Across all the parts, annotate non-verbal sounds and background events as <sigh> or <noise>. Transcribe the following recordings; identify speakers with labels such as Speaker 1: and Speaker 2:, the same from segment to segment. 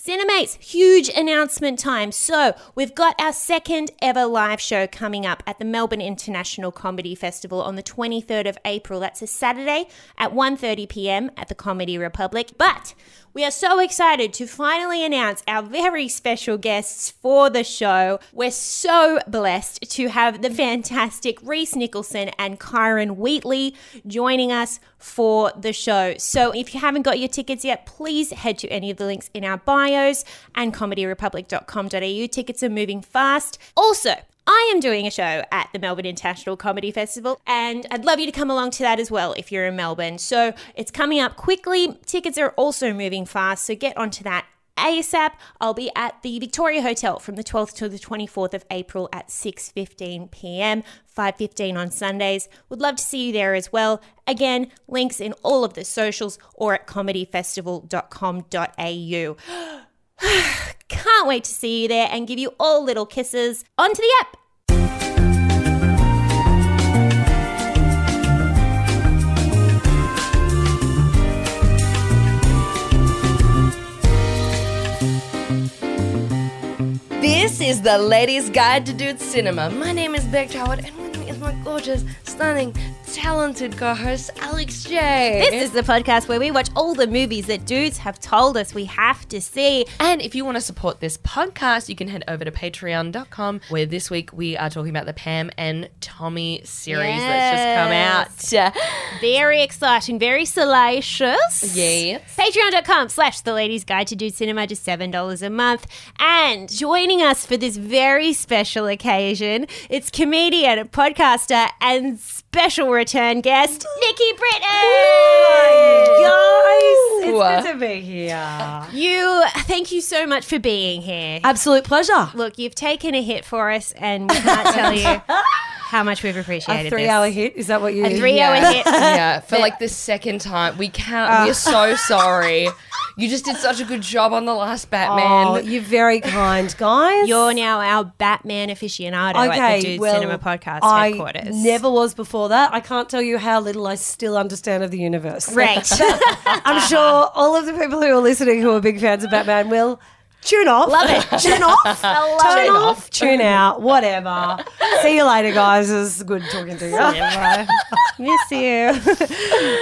Speaker 1: Cinemates, huge announcement time. So, we've got our second ever live show coming up at the Melbourne International Comedy Festival on the 23rd of April. That's a Saturday at 1:30 p.m. at the Comedy Republic. But we are so excited to finally announce our very special guests for the show. We're so blessed to have the fantastic Reese Nicholson and Kyron Wheatley joining us for the show. So if you haven't got your tickets yet, please head to any of the links in our bios and comedyrepublic.com.au. Tickets are moving fast. Also, I am doing a show at the Melbourne International Comedy Festival, and I'd love you to come along to that as well if you're in Melbourne. So it's coming up quickly. Tickets are also moving fast, so get onto that ASAP. I'll be at the Victoria Hotel from the 12th to the 24th of April at 6:15 p.m., 5:15 on Sundays. Would love to see you there as well. Again, links in all of the socials or at comedyfestival.com.au. Can't wait to see you there and give you all little kisses. Onto the app.
Speaker 2: This is the Ladies Guide to Dude Cinema. My name is Beck Howard, and with me is my gorgeous, stunning, talented co-host Alex J.
Speaker 1: This is the podcast where we watch all the movies that dudes have told us we have to see.
Speaker 2: and if you want to support this podcast, you can head over to patreon.com where this week we are talking about the Pam and Tommy series that's just come out.
Speaker 1: Very exciting, very salacious.
Speaker 2: Yes.
Speaker 1: Patreon.com slash the ladies guide to dude cinema, just $7 a month. And joining us for this very special occasion, it's comedian, podcaster, and special return guest, Nikki Britton.
Speaker 3: Guys,
Speaker 2: Ooh.
Speaker 3: it's good to be here.
Speaker 1: You, thank you so much for being here.
Speaker 3: Absolute pleasure.
Speaker 1: Look, you've taken a hit for us, and we can't tell
Speaker 3: <laughs>
Speaker 1: you how much we've appreciated
Speaker 3: A three
Speaker 1: this.
Speaker 3: hour hit. Is that what you?
Speaker 1: a three hour hit.
Speaker 2: <laughs> yeah, for like the second time. We can't we're so sorry. You just did such a good job on the last Batman.
Speaker 3: Oh, you're very kind, guys.
Speaker 1: You're now our Batman aficionado at the Dude Cinema Podcast
Speaker 3: I
Speaker 1: headquarters.
Speaker 3: never was before that. I can't tell you how little I still understand of the universe.
Speaker 1: Great.
Speaker 3: <laughs> I'm sure all of the people who are listening who are big fans of Batman will tune off.
Speaker 1: Love it.
Speaker 3: <laughs> Tune off.
Speaker 1: I <laughs> love
Speaker 3: tune
Speaker 1: it.
Speaker 3: off. Tune out. Whatever. See you later, guys. It's good talking
Speaker 2: <laughs>
Speaker 3: to you.
Speaker 1: <laughs> Miss
Speaker 3: <laughs>
Speaker 1: you.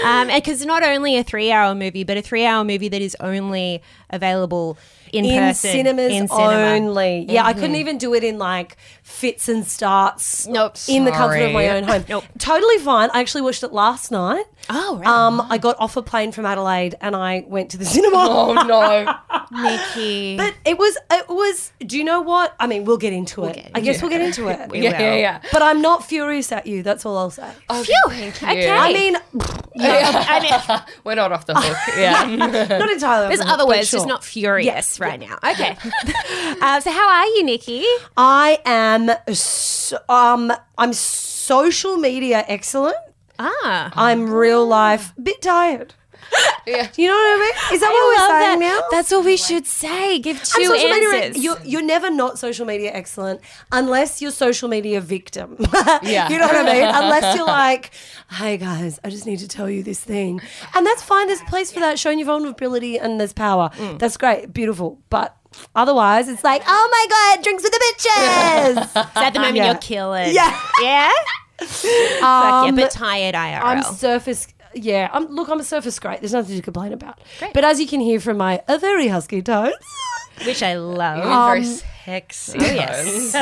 Speaker 1: um, and because not only a three hour movie, but a three hour movie that is only available in,
Speaker 3: in
Speaker 1: person,
Speaker 3: cinemas
Speaker 1: in cinema. Mm-hmm.
Speaker 3: only. Yeah, I couldn't even do it in like fits and starts.
Speaker 1: Nope.
Speaker 3: in the comfort of my
Speaker 2: Sorry.
Speaker 3: own home.
Speaker 1: Nope.
Speaker 3: totally fine. I actually watched it last night.
Speaker 1: Oh, right.
Speaker 3: Um, I got off a plane from Adelaide and I went to the <laughs> cinema.
Speaker 2: Oh no.
Speaker 1: Nikki.
Speaker 3: But it was, it was. Do you know what? I mean, we'll get into it. I guess we'll
Speaker 1: <laughs>
Speaker 3: get into it.
Speaker 1: We
Speaker 2: Yeah, yeah,
Speaker 1: will.
Speaker 2: yeah.
Speaker 3: But I'm not furious at you. That's all I'll say.
Speaker 2: Phew. Oh, Thank you.
Speaker 1: okay.
Speaker 3: I mean,
Speaker 1: I mean,
Speaker 2: We're not off the hook. <laughs> Yeah.
Speaker 3: not entirely. <laughs>
Speaker 1: there's other words, just not furious
Speaker 3: Yes,
Speaker 1: right now.
Speaker 3: <laughs>
Speaker 1: Okay. <laughs> uh, so, how are you, Nikki?
Speaker 3: I am. So, um, I'm social media excellent.
Speaker 1: Ah.
Speaker 3: I'm real life bit tired.
Speaker 2: Yeah.
Speaker 3: Do you know what I mean? Is that what
Speaker 1: love
Speaker 3: we're saying
Speaker 1: that.
Speaker 3: now?
Speaker 1: That's what we should say. Give
Speaker 3: I'm
Speaker 1: two
Speaker 3: social media-
Speaker 1: answers.
Speaker 3: you're, you're never not social media excellent unless you're social media victim. <laughs>
Speaker 2: Yeah.
Speaker 3: you know what I mean?
Speaker 1: <laughs>
Speaker 3: Unless you're like, hey guys, I just need to tell you this thing. And that's fine. There's a place for that, showing your vulnerability and there's power.
Speaker 1: Mm.
Speaker 3: That's great, beautiful. But otherwise, it's like, oh my God, drinks
Speaker 1: <laughs>
Speaker 3: with the bitches.
Speaker 1: So at the moment,
Speaker 3: Yeah.
Speaker 1: you're killing.
Speaker 3: Yeah. <laughs>
Speaker 1: Yeah? Fuck yeah,
Speaker 3: Um,
Speaker 1: but tired IRL.
Speaker 3: I'm surface. Yeah, I'm, look, I'm a surface great. There's nothing to complain about. But as you can hear from my uh, very husky tones,
Speaker 1: which I love.
Speaker 2: very sexy.
Speaker 1: Um, oh,
Speaker 2: <laughs>
Speaker 1: <laughs>
Speaker 3: Oh,
Speaker 1: yes.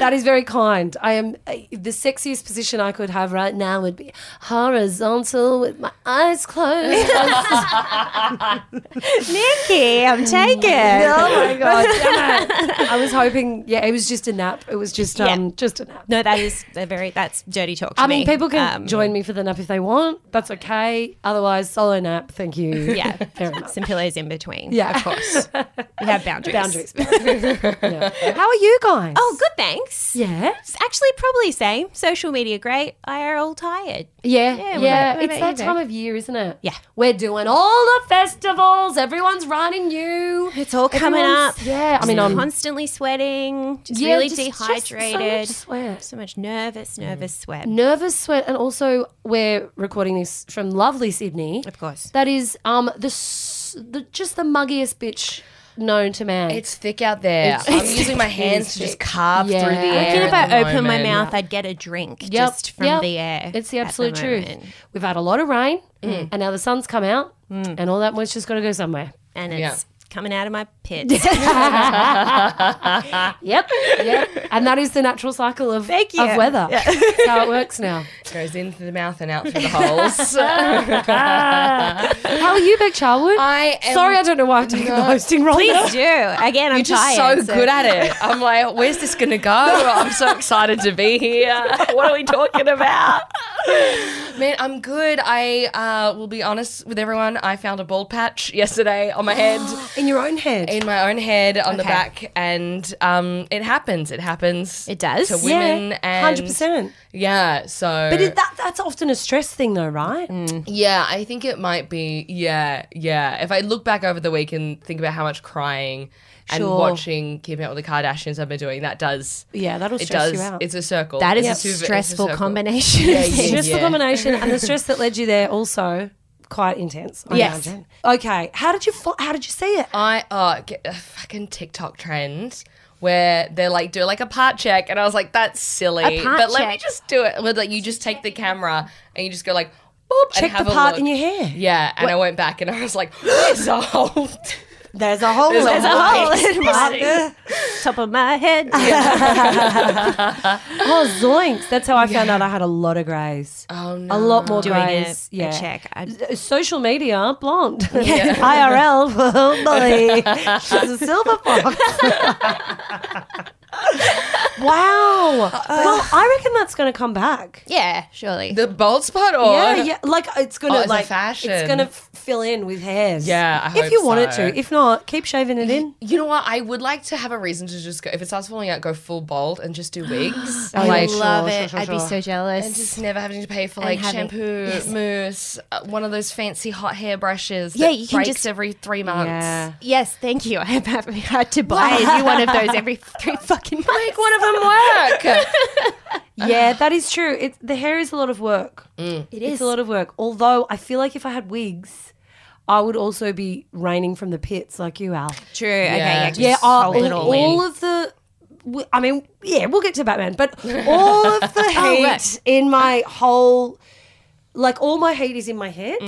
Speaker 3: that is very kind. I am uh, the sexiest position I could have right now would be horizontal with my eyes
Speaker 1: <laughs>
Speaker 3: closed.
Speaker 1: Oh Nikki, I'm taken.
Speaker 3: oh my god! damn it. I was hoping. Yeah, it was just a nap. It was just um,
Speaker 1: Yeah.
Speaker 3: just a nap.
Speaker 1: No, that is a very that's dirty talk. To
Speaker 3: I mean,
Speaker 1: me.
Speaker 3: people can
Speaker 1: Um,
Speaker 3: join me for the nap if they want. That's okay. Otherwise, solo nap. Thank you. <laughs>
Speaker 1: Yeah,
Speaker 3: very much.
Speaker 1: some pillows in between.
Speaker 3: Yeah.
Speaker 1: of course. <laughs> We have boundaries.
Speaker 3: Boundaries. <laughs> Yeah. How are you guys?
Speaker 1: Oh, good. Thanks.
Speaker 3: yeah.
Speaker 1: It's actually probably same. Social media great. IRL tired.
Speaker 3: Yeah,
Speaker 1: Yeah, what
Speaker 3: yeah,
Speaker 1: about- what
Speaker 3: it's
Speaker 1: about
Speaker 3: that
Speaker 1: you,
Speaker 3: time of year, isn't it?
Speaker 1: Yeah.
Speaker 3: we're doing all the festivals. Everyone's running you.
Speaker 1: It's all coming
Speaker 3: Everyone's-
Speaker 1: up.
Speaker 3: Yeah, I mean, I'm
Speaker 1: constantly sweating. Just
Speaker 3: yeah,
Speaker 1: really
Speaker 3: just- just so much
Speaker 1: dehydrated.
Speaker 3: sweat.
Speaker 1: So much nervous, nervous sweat.
Speaker 3: nervous sweat, and also we're recording this from lovely Sydney.
Speaker 1: Of course.
Speaker 3: That is um the, s- the just the muggiest bitch known to man.
Speaker 2: It's thick out there. I'm using my hands to just carve
Speaker 3: Yeah.
Speaker 2: through the
Speaker 3: I
Speaker 2: air.
Speaker 1: I reckon if
Speaker 2: at the
Speaker 1: I opened my
Speaker 2: moment.
Speaker 1: mouth, I'd get a drink
Speaker 3: Yep,
Speaker 1: just from
Speaker 3: yep.
Speaker 1: the air.
Speaker 3: It's the Mm.
Speaker 1: at
Speaker 3: absolute
Speaker 1: moment.
Speaker 3: truth. We've had a lot of rain, and now the sun's come out, and all that moisture's got to go somewhere.
Speaker 1: And it's
Speaker 2: Yeah.
Speaker 1: coming out of my <laughs> pits.
Speaker 3: Yep, <laughs> yep. and that is the natural cycle of,
Speaker 1: Thank you.
Speaker 3: of weather. That's how it works <laughs> now.
Speaker 2: goes into the mouth and out through
Speaker 1: <laughs>
Speaker 2: the <laughs> holes.
Speaker 3: How are you, Beck Charwood?
Speaker 2: I am
Speaker 3: Sorry, I don't know why I'm taking the hosting role. now.
Speaker 1: Please do. Again, I'm
Speaker 2: You're just
Speaker 1: tired,
Speaker 2: so good at it. I'm like, where's this gonna go? I'm so excited to be here. <laughs> What are we talking
Speaker 1: <laughs>
Speaker 2: about? Man, I'm good. I uh, will be honest with everyone. I found a bald patch yesterday on
Speaker 1: <gasps>
Speaker 2: my head,
Speaker 3: In your own head.
Speaker 2: in my own head, on the
Speaker 1: Okay.
Speaker 2: back, and um, it happens. It happens.
Speaker 1: It does.
Speaker 2: to
Speaker 1: Yeah,
Speaker 2: women and
Speaker 3: 100%.
Speaker 2: Yeah. So,
Speaker 3: But it, that, that's often a stress thing, though, right?
Speaker 2: Yeah, I think it might be. Yeah, yeah. If I look back over the week and think about how much crying and
Speaker 1: Sure.
Speaker 2: watching Keeping Up with the Kardashians I've been doing, that does.
Speaker 3: Yeah, that'll
Speaker 2: It
Speaker 3: stress
Speaker 2: does.
Speaker 3: you out.
Speaker 2: It's a circle.
Speaker 1: That is
Speaker 2: It's
Speaker 1: a
Speaker 2: two- it's
Speaker 1: stressful
Speaker 2: circle.
Speaker 1: combination.
Speaker 2: Yeah,
Speaker 1: of
Speaker 2: yeah,
Speaker 1: things.
Speaker 3: Stressful
Speaker 2: yeah. <laughs>
Speaker 3: combination and the stress that led you there also quite intense. I
Speaker 1: Yes.
Speaker 3: imagine. Okay. How did you fi- how did you see it?
Speaker 2: I uh, get a fucking TikTok trend where they're like do like a part check, and I was like, that's silly.
Speaker 1: A part
Speaker 2: but let me
Speaker 1: check.
Speaker 2: just do it. With like you just take the camera and you just go like. Boop,
Speaker 3: Check
Speaker 2: and have
Speaker 3: the
Speaker 2: a
Speaker 3: part
Speaker 2: look.
Speaker 3: in your hair.
Speaker 2: Yeah, and I went back and I was like, <gasps> "There's a whole
Speaker 3: There's a whole
Speaker 2: There's a
Speaker 3: lot
Speaker 2: whole
Speaker 3: of
Speaker 1: hole
Speaker 3: things
Speaker 1: in
Speaker 3: about
Speaker 1: my-
Speaker 3: this.
Speaker 1: Top of my
Speaker 2: <laughs>
Speaker 1: head.
Speaker 3: Oh, zoinks. That's how I found out I had a lot of grays.
Speaker 2: oh
Speaker 3: A
Speaker 2: no,
Speaker 3: lot more
Speaker 1: <laughs> Doing a,
Speaker 3: grays.
Speaker 1: a
Speaker 3: yeah.
Speaker 1: check. I-
Speaker 3: Social media, blonde.
Speaker 2: <laughs>
Speaker 3: <laughs> IRL, well, Molly. She's a
Speaker 2: <laughs>
Speaker 3: silver fox. wow.
Speaker 2: Uh,
Speaker 3: well, I reckon that's going to come back.
Speaker 1: yeah, surely.
Speaker 2: <laughs> the bald spot or
Speaker 3: Yeah, yeah. Like it's gonna
Speaker 2: Oh, it's a
Speaker 3: like It's
Speaker 2: fashion.
Speaker 3: gonna f- fill in with hairs.
Speaker 2: Yeah, I
Speaker 3: if
Speaker 2: hope
Speaker 3: you want it
Speaker 2: so.
Speaker 3: to. If not, keep shaving it in.
Speaker 2: You know what? I would like to have a reason to just go. If it starts falling out, go full bald and
Speaker 1: <gasps>
Speaker 2: just do wigs.
Speaker 3: Oh, yeah,
Speaker 2: like,
Speaker 1: I
Speaker 3: sure,
Speaker 1: love
Speaker 3: sure,
Speaker 1: it.
Speaker 3: sure,
Speaker 1: I'd be
Speaker 3: sure.
Speaker 1: so jealous.
Speaker 2: and just never having to pay for like
Speaker 1: having-
Speaker 2: shampoo, mousse, uh, one of those fancy hot hair brushes.
Speaker 1: Yeah,
Speaker 2: that
Speaker 1: you can
Speaker 2: breaks
Speaker 1: just-
Speaker 2: every three months.
Speaker 1: yes, thank you. <laughs> I have had to buy a new one of <laughs> those every three fucking <laughs> months.
Speaker 2: Make one of them <laughs> work. <sighs>
Speaker 3: Yeah, that is true. It's the hair is a lot of work.
Speaker 2: Mm.
Speaker 1: It
Speaker 3: It's a lot of work. Although I feel like if I had wigs, I would also be raining from the pits like you, Al.
Speaker 1: True. Okay. Yeah.
Speaker 2: just
Speaker 3: Yeah, uh,
Speaker 2: hold it
Speaker 3: all,
Speaker 2: all in.
Speaker 3: all of the. w- I mean, yeah, we'll get to Batman,
Speaker 1: <laughs>
Speaker 3: but all of the heat
Speaker 1: Oh, right. Uh,
Speaker 3: in my whole, like all my heat is in my head,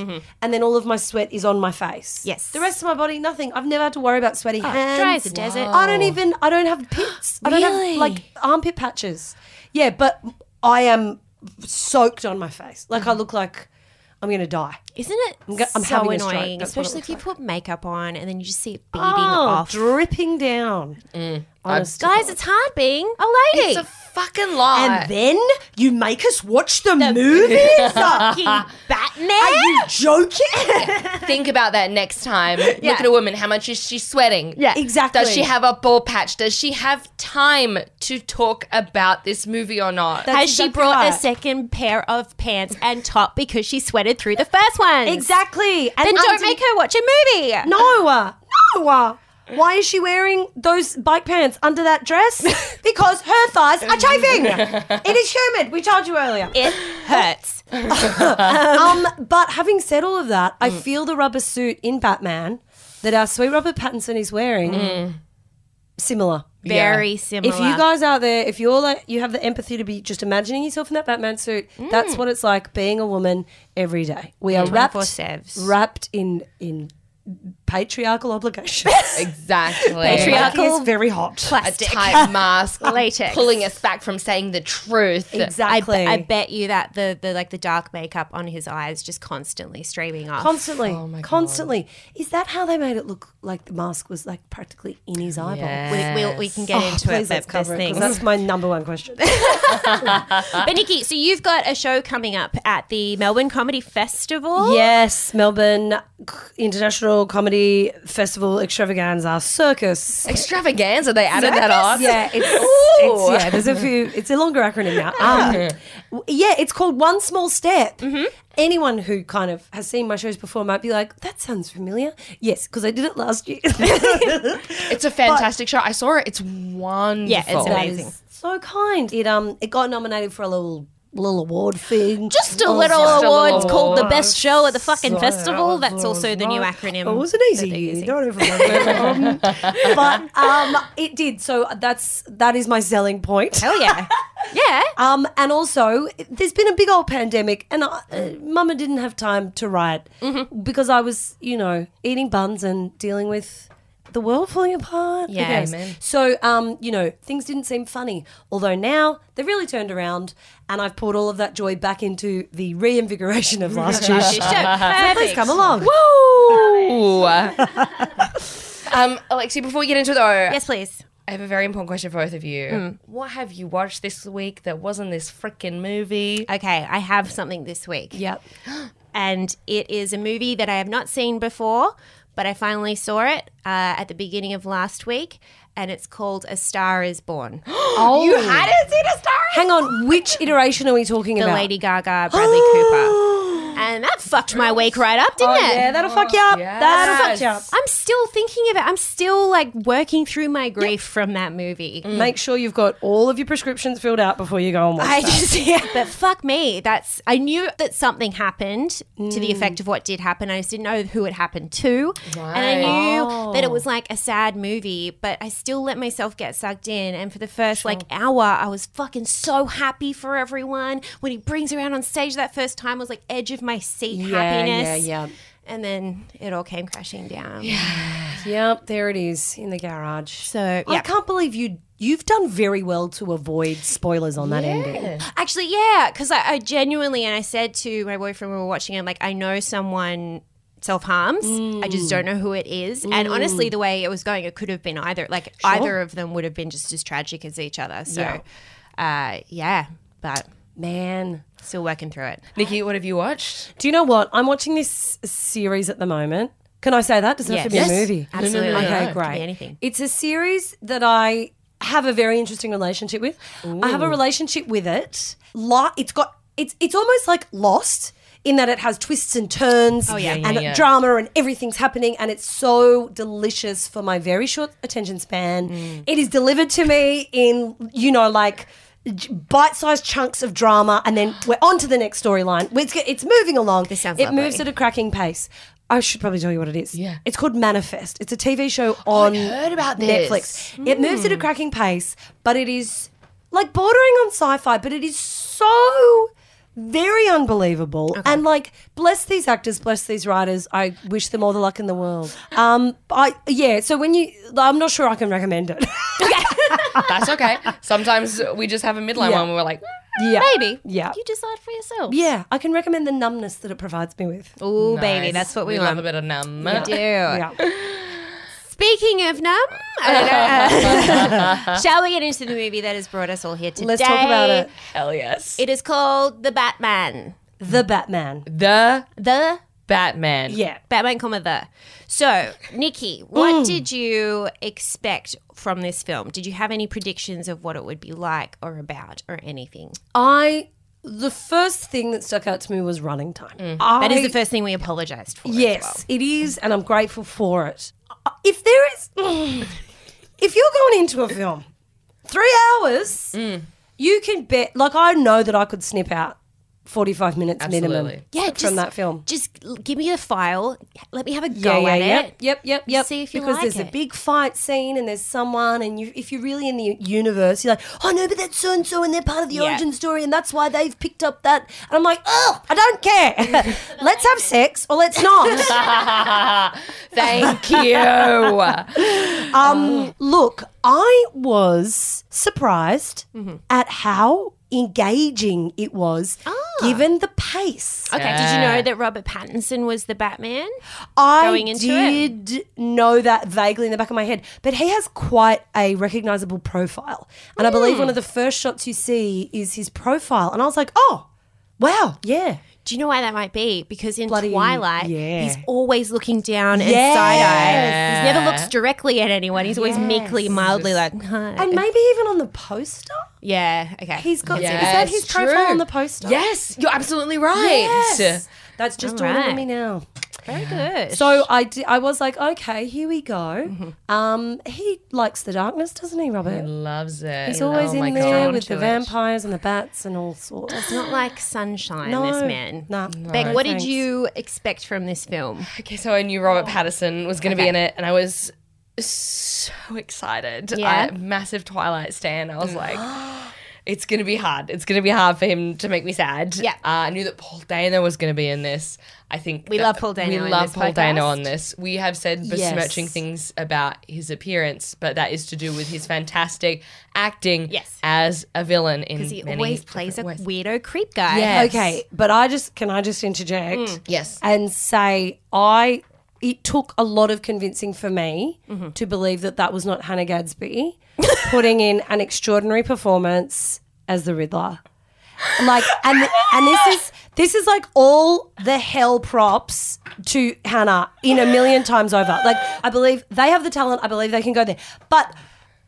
Speaker 3: and then all of my sweat is on my face.
Speaker 1: Mm-hmm. Yes. Oh,
Speaker 3: the rest of my body, nothing. I've never had to worry about sweaty hands.
Speaker 1: dry as a desert.
Speaker 3: I don't even. I
Speaker 1: <gasps>
Speaker 3: don't have pits. I don't have
Speaker 1: Really?
Speaker 3: like armpit patches. Yeah, but I am soaked on my face. Like I
Speaker 1: Mm-hmm.
Speaker 3: look like I'm gonna die.
Speaker 1: Isn't it
Speaker 3: go- I'm
Speaker 1: so
Speaker 3: having a stroke.
Speaker 1: annoying,
Speaker 3: That's what it
Speaker 1: especially if you
Speaker 3: looks
Speaker 1: put makeup on and then you just see it beading
Speaker 3: oh,
Speaker 1: off? Mm.
Speaker 3: dripping down. Honestly.
Speaker 1: Guys, it's hard being a lady.
Speaker 2: it's a fucking lie.
Speaker 3: And then you make us watch the, movies?
Speaker 1: <laughs> fucking
Speaker 3: Are
Speaker 1: Batman.
Speaker 3: <laughs> you joking?
Speaker 2: Think about that
Speaker 1: <laughs>
Speaker 2: next time. Look at a woman. How much is she sweating?
Speaker 1: Yeah.
Speaker 3: exactly.
Speaker 2: Does she have a ball patch? Does she have time to talk about this movie or not?
Speaker 3: That's
Speaker 1: Has she
Speaker 3: exactly
Speaker 1: brought a
Speaker 3: right.
Speaker 1: second pair of pants and top because she sweated through the first one?
Speaker 3: Exactly. And
Speaker 1: Then don't
Speaker 3: under-
Speaker 1: make her watch a movie.
Speaker 3: No, uh, no. uh. Why is she wearing those bike pants under that <laughs> dress? because her thighs are chafing. it is humid. We told you earlier.
Speaker 1: It <laughs> hurts.
Speaker 3: um, but having said all of that, I feel the rubber suit in Batman that our sweet Robert Pattinson is wearing similar.
Speaker 1: Very
Speaker 3: If
Speaker 1: similar.
Speaker 3: you guys out there, if you're like you have the empathy to be just imagining yourself in that Batman suit,
Speaker 1: Mm.
Speaker 3: that's what it's like being a woman every day. We are wrapped
Speaker 1: 24/7s.
Speaker 3: wrapped in in patriarchal obligations.
Speaker 1: <laughs>
Speaker 2: exactly.
Speaker 1: Patriarch-
Speaker 3: Patriarchy is very hot.
Speaker 2: a
Speaker 1: plastic. <laughs>
Speaker 2: tight mask,
Speaker 1: Latex.
Speaker 2: pulling us back from saying the truth.
Speaker 1: I,
Speaker 3: Exactly.
Speaker 1: I bet you that the, the like the dark makeup on his eyes just constantly streaming off.
Speaker 3: Constantly,
Speaker 1: Oh
Speaker 3: constantly. Is that how they made it look like the mask was like practically in his eyeball?
Speaker 1: we, we'll, we can get
Speaker 3: Oh,
Speaker 1: into it,
Speaker 3: please
Speaker 1: but
Speaker 3: let's
Speaker 1: there's
Speaker 3: cover it, 'cause
Speaker 1: things.
Speaker 3: that's my number
Speaker 1: <laughs>
Speaker 3: one question.
Speaker 1: But Nikki, so you've got a show coming up at the Melbourne Comedy Festival.
Speaker 3: Oh. Yes, Melbourne International Comedy Festival Extravaganza Circus.
Speaker 2: Extravaganza, they added that on.
Speaker 1: <laughs>
Speaker 3: Yeah, it's, it's- yeah. There's a few. It's a longer acronym now. Um, w- yeah, it's called One Small Step.
Speaker 1: Mm-hmm.
Speaker 3: Anyone who kind of has seen my shows before might be like, "That sounds familiar." Yes, because I did it
Speaker 1: <laughs>
Speaker 3: last year.
Speaker 2: It's a fantastic show. I saw it. It's wonderful.
Speaker 1: Yeah, it's
Speaker 3: That
Speaker 1: amazing.
Speaker 3: is so kind. It um it got nominated for a little little award thing. Oh,
Speaker 1: Just a little
Speaker 2: just a little
Speaker 1: award called the
Speaker 2: award.
Speaker 1: best show at the fucking
Speaker 2: So,
Speaker 1: festival.
Speaker 2: that
Speaker 1: That's
Speaker 2: was
Speaker 1: also the new
Speaker 2: not-
Speaker 1: acronym.
Speaker 3: It Oh, was an easy
Speaker 1: that they're
Speaker 3: year.
Speaker 1: using.
Speaker 3: Not everyone
Speaker 1: <laughs>
Speaker 3: went. um, but um, it did. So that's that is my selling point.
Speaker 1: Hell Oh,
Speaker 3: <laughs>
Speaker 1: yeah. yeah.
Speaker 3: Um, and also, there's been a big old pandemic, and I, uh, Mama didn't have time to write because I was, you know, eating buns and dealing with the world falling apart. I
Speaker 1: Yeah,
Speaker 3: guess.
Speaker 2: amen.
Speaker 3: So, um, you know, things didn't seem funny. Although now they've really turned around, and I've poured all of that joy back into the reinvigoration of last year's show.
Speaker 1: So
Speaker 3: Uh, Please come along.
Speaker 2: Woo! um, Alexi, before we get into it though,
Speaker 1: Yes, please.
Speaker 2: I have a very important question for both of you.
Speaker 1: Mm.
Speaker 2: What have you watched this week that wasn't this freaking movie?
Speaker 1: Okay, I have something this week.
Speaker 3: Yep.
Speaker 1: and it is a movie that I have not seen before, but I finally saw it uh, at the beginning of last week, and it's called A Star Is
Speaker 3: <gasps>
Speaker 1: Born.
Speaker 3: Oh,
Speaker 2: You hadn't seen a star.
Speaker 3: hang on. Which iteration are we talking
Speaker 1: the
Speaker 3: about?
Speaker 1: Lady Gaga, Bradley
Speaker 3: <gasps>
Speaker 1: Cooper, and that fucked my week right up, didn't it?
Speaker 3: Oh, Yeah, that'll fuck you up.
Speaker 2: Yes.
Speaker 3: That'll fuck you up.
Speaker 1: I'm still thinking about. I'm still like working through my grief from that movie.
Speaker 3: Make sure you've got all of your prescriptions filled out before you go and watch.
Speaker 1: I
Speaker 3: that.
Speaker 1: just yeah. But fuck me. That's I knew that something happened to
Speaker 3: Mm.
Speaker 1: the effect of what did happen. I just didn't know who it happened to. And I
Speaker 2: Right.
Speaker 1: knew that it was like a sad movie, but I still let myself get sucked in. And for the first like hour, I was fucking so happy for everyone. When he brings her out on stage that first time, I was like edge of my seat happiness.
Speaker 3: Yeah, yeah,
Speaker 1: And then it all came crashing down.
Speaker 3: yeah. Yep, there it is in the garage.
Speaker 1: So
Speaker 3: I
Speaker 1: yeah.
Speaker 3: can't believe you you've done very well to avoid spoilers on that ending.
Speaker 1: Actually, yeah, because I, I genuinely, and I said to my boyfriend when we were watching it, I'm like, I know someone self harms. I just don't know who it is. And honestly, the way it was going, it could have been either. Like, either of them would have been just as tragic as each other. So, yeah, uh, yeah but
Speaker 3: Man.
Speaker 1: still working through it.
Speaker 2: Nikki, what have
Speaker 1: <laughs>
Speaker 2: you watched?
Speaker 3: Do you know what? I'm watching this series at the moment. Can I say that? Doesn't have to be
Speaker 1: Yes.
Speaker 3: a
Speaker 1: Yes.
Speaker 3: movie.
Speaker 1: Absolutely.
Speaker 2: no, no,
Speaker 3: Okay,
Speaker 1: It could be
Speaker 3: great.
Speaker 1: anything.
Speaker 3: It's a series that I have a very interesting relationship with. I have a relationship with it. Li- It's got it's it's almost like Lost in that it has twists and turns
Speaker 1: Oh, yeah,
Speaker 3: and
Speaker 2: yeah.
Speaker 3: drama and everything's happening and it's so delicious for my very short attention span.
Speaker 1: Mm.
Speaker 3: It is delivered to me in you know like j- bite-sized chunks of drama and then we're on to the next storyline. It's, it's moving along. This
Speaker 1: sounds
Speaker 3: it
Speaker 1: lovely.
Speaker 3: moves at a cracking pace. I should probably tell you what it is.
Speaker 2: Yeah.
Speaker 3: It's called Manifest. It's a TV show on
Speaker 2: heard about this.
Speaker 3: Netflix. It moves at a cracking pace, but it is like bordering on sci-fi, but it is so very unbelievable. And like bless these actors, bless these writers. I wish them all the luck in the world. Um I yeah, so when you I'm not sure I can recommend it. <laughs>
Speaker 2: That's okay. Sometimes we just have a midline
Speaker 3: Yeah.
Speaker 2: one where we're like,
Speaker 3: yeah.
Speaker 1: Maybe.
Speaker 3: Yeah.
Speaker 1: You decide for yourself.
Speaker 3: Yeah, I can recommend the numbness that it provides me with.
Speaker 1: Oh, baby,
Speaker 2: nice.
Speaker 1: that's what we,
Speaker 2: love
Speaker 1: want.
Speaker 2: a bit of numb. <laughs>
Speaker 1: We do.
Speaker 3: Yeah.
Speaker 1: Speaking of numb, <laughs> I don't know. <laughs> shall we get into the movie that has brought us all here today?
Speaker 3: Let's talk about it.
Speaker 2: Hell yes.
Speaker 1: It is called The Batman.
Speaker 3: The Batman.
Speaker 2: the
Speaker 1: The
Speaker 2: Batman.
Speaker 3: Yeah.
Speaker 1: Batman, comma the. So, Nikki,
Speaker 3: Hmm.
Speaker 1: what did you expect from this film? Did you have any predictions of what it would be like or about or anything?
Speaker 3: I the first thing that stuck out to me was running time. I,
Speaker 1: Mm. That is the first thing we apologized for. as
Speaker 3: yes,
Speaker 1: well.
Speaker 3: it is, and I'm grateful for it. Uh, If there is, <sighs> if you're going into a film three hours,
Speaker 1: Mm.
Speaker 3: you can bet. Like I know that I could snip out 45 minutes minimum.
Speaker 2: Absolutely.
Speaker 1: Yeah,
Speaker 3: from
Speaker 1: just-
Speaker 3: that film.
Speaker 1: Just l- give me the file. Let me have a
Speaker 3: Yeah,
Speaker 1: go
Speaker 3: yeah,
Speaker 1: at
Speaker 3: yep,
Speaker 1: it.
Speaker 3: yep, yep, yep.
Speaker 1: See if you
Speaker 3: because
Speaker 1: like
Speaker 3: there's
Speaker 1: it.
Speaker 3: a big fight scene and there's someone, and you, if you're really in the universe, you're like, oh no, but that's so and so, and they're part of the
Speaker 1: Yeah.
Speaker 3: origin story, and that's why they've picked up that. And I'm like, oh, I
Speaker 1: <laughs>
Speaker 3: don't care. <laughs> let's have sex or let's
Speaker 1: Oh.
Speaker 3: not.
Speaker 1: <laughs>
Speaker 2: Thank you.
Speaker 3: um, look, I was surprised
Speaker 1: Mm-hmm.
Speaker 3: at how engaging it was,
Speaker 1: Ah.
Speaker 3: given the pace.
Speaker 1: Okay. Did you know that Robert Pattinson was the Batman?
Speaker 3: I
Speaker 1: going into it?
Speaker 3: did know that vaguely in the back of my head, but he has quite a recognizable profile. And I believe
Speaker 1: Hmm.
Speaker 3: one of the first shots you see is his profile. And I was like, oh, wow, yeah.
Speaker 1: Do you know why that might be? Because in
Speaker 3: Bloody-
Speaker 1: Twilight,
Speaker 3: yeah.
Speaker 1: he's always looking down and
Speaker 3: Yes.
Speaker 1: side eye. He never looks directly at anyone. He's always meekly, mildly like, hi.
Speaker 3: And maybe even on the poster,
Speaker 1: yeah, okay.
Speaker 3: he's got.
Speaker 2: Yeah,
Speaker 3: is that
Speaker 2: it's
Speaker 3: his profile
Speaker 2: true.
Speaker 3: on the poster?
Speaker 2: yes, you're absolutely right.
Speaker 3: Yes. That's just
Speaker 1: All
Speaker 3: dawning
Speaker 1: right.
Speaker 3: on me now.
Speaker 1: Very good.
Speaker 3: So I, di- I was like, okay, here we go.
Speaker 1: Mm-hmm.
Speaker 3: Um, he likes the darkness, doesn't he, Robert?
Speaker 2: Loves it. Oh
Speaker 3: He's always
Speaker 1: oh
Speaker 2: my
Speaker 3: in there
Speaker 2: God.
Speaker 3: with the
Speaker 2: Drawn to it.
Speaker 3: vampires and the bats and all sorts.
Speaker 1: it's not like sunshine,
Speaker 3: No,
Speaker 1: this man.
Speaker 3: nah.
Speaker 1: Beck,
Speaker 3: No,
Speaker 1: what
Speaker 3: thanks.
Speaker 1: did you expect from this film?
Speaker 2: Okay, so I knew Robert Patterson was going to be in it, and I was so excited.
Speaker 1: Yeah.
Speaker 2: I, massive Twilight stan. I <gasps> was like, it's going to be hard. It's going to be hard for him to make me sad.
Speaker 1: Yeah.
Speaker 2: Uh, I knew that Paul Dano was going to be in this. I think
Speaker 1: We
Speaker 2: that-
Speaker 1: love Paul Dano
Speaker 2: We
Speaker 1: in
Speaker 2: love
Speaker 1: this
Speaker 2: Paul Dano
Speaker 1: podcast.
Speaker 2: on this. We have said besmirching
Speaker 3: Yes.
Speaker 2: things about his appearance, but that is to do with his fantastic acting
Speaker 1: Yes.
Speaker 2: as a villain in
Speaker 1: Because he
Speaker 2: many
Speaker 1: always plays a
Speaker 2: different ways.
Speaker 1: weirdo creep guy.
Speaker 2: Yeah.
Speaker 3: Okay, but I just can I just interject
Speaker 1: Hmm.
Speaker 2: Yes.
Speaker 3: and say I it took a lot of convincing for me to believe that that was not Hannah Gadsby <laughs> putting in an extraordinary performance as the Riddler. Like and and this is this is like all the hell props to Hannah in a million times over. Like I believe they have the talent. I believe they can go there. But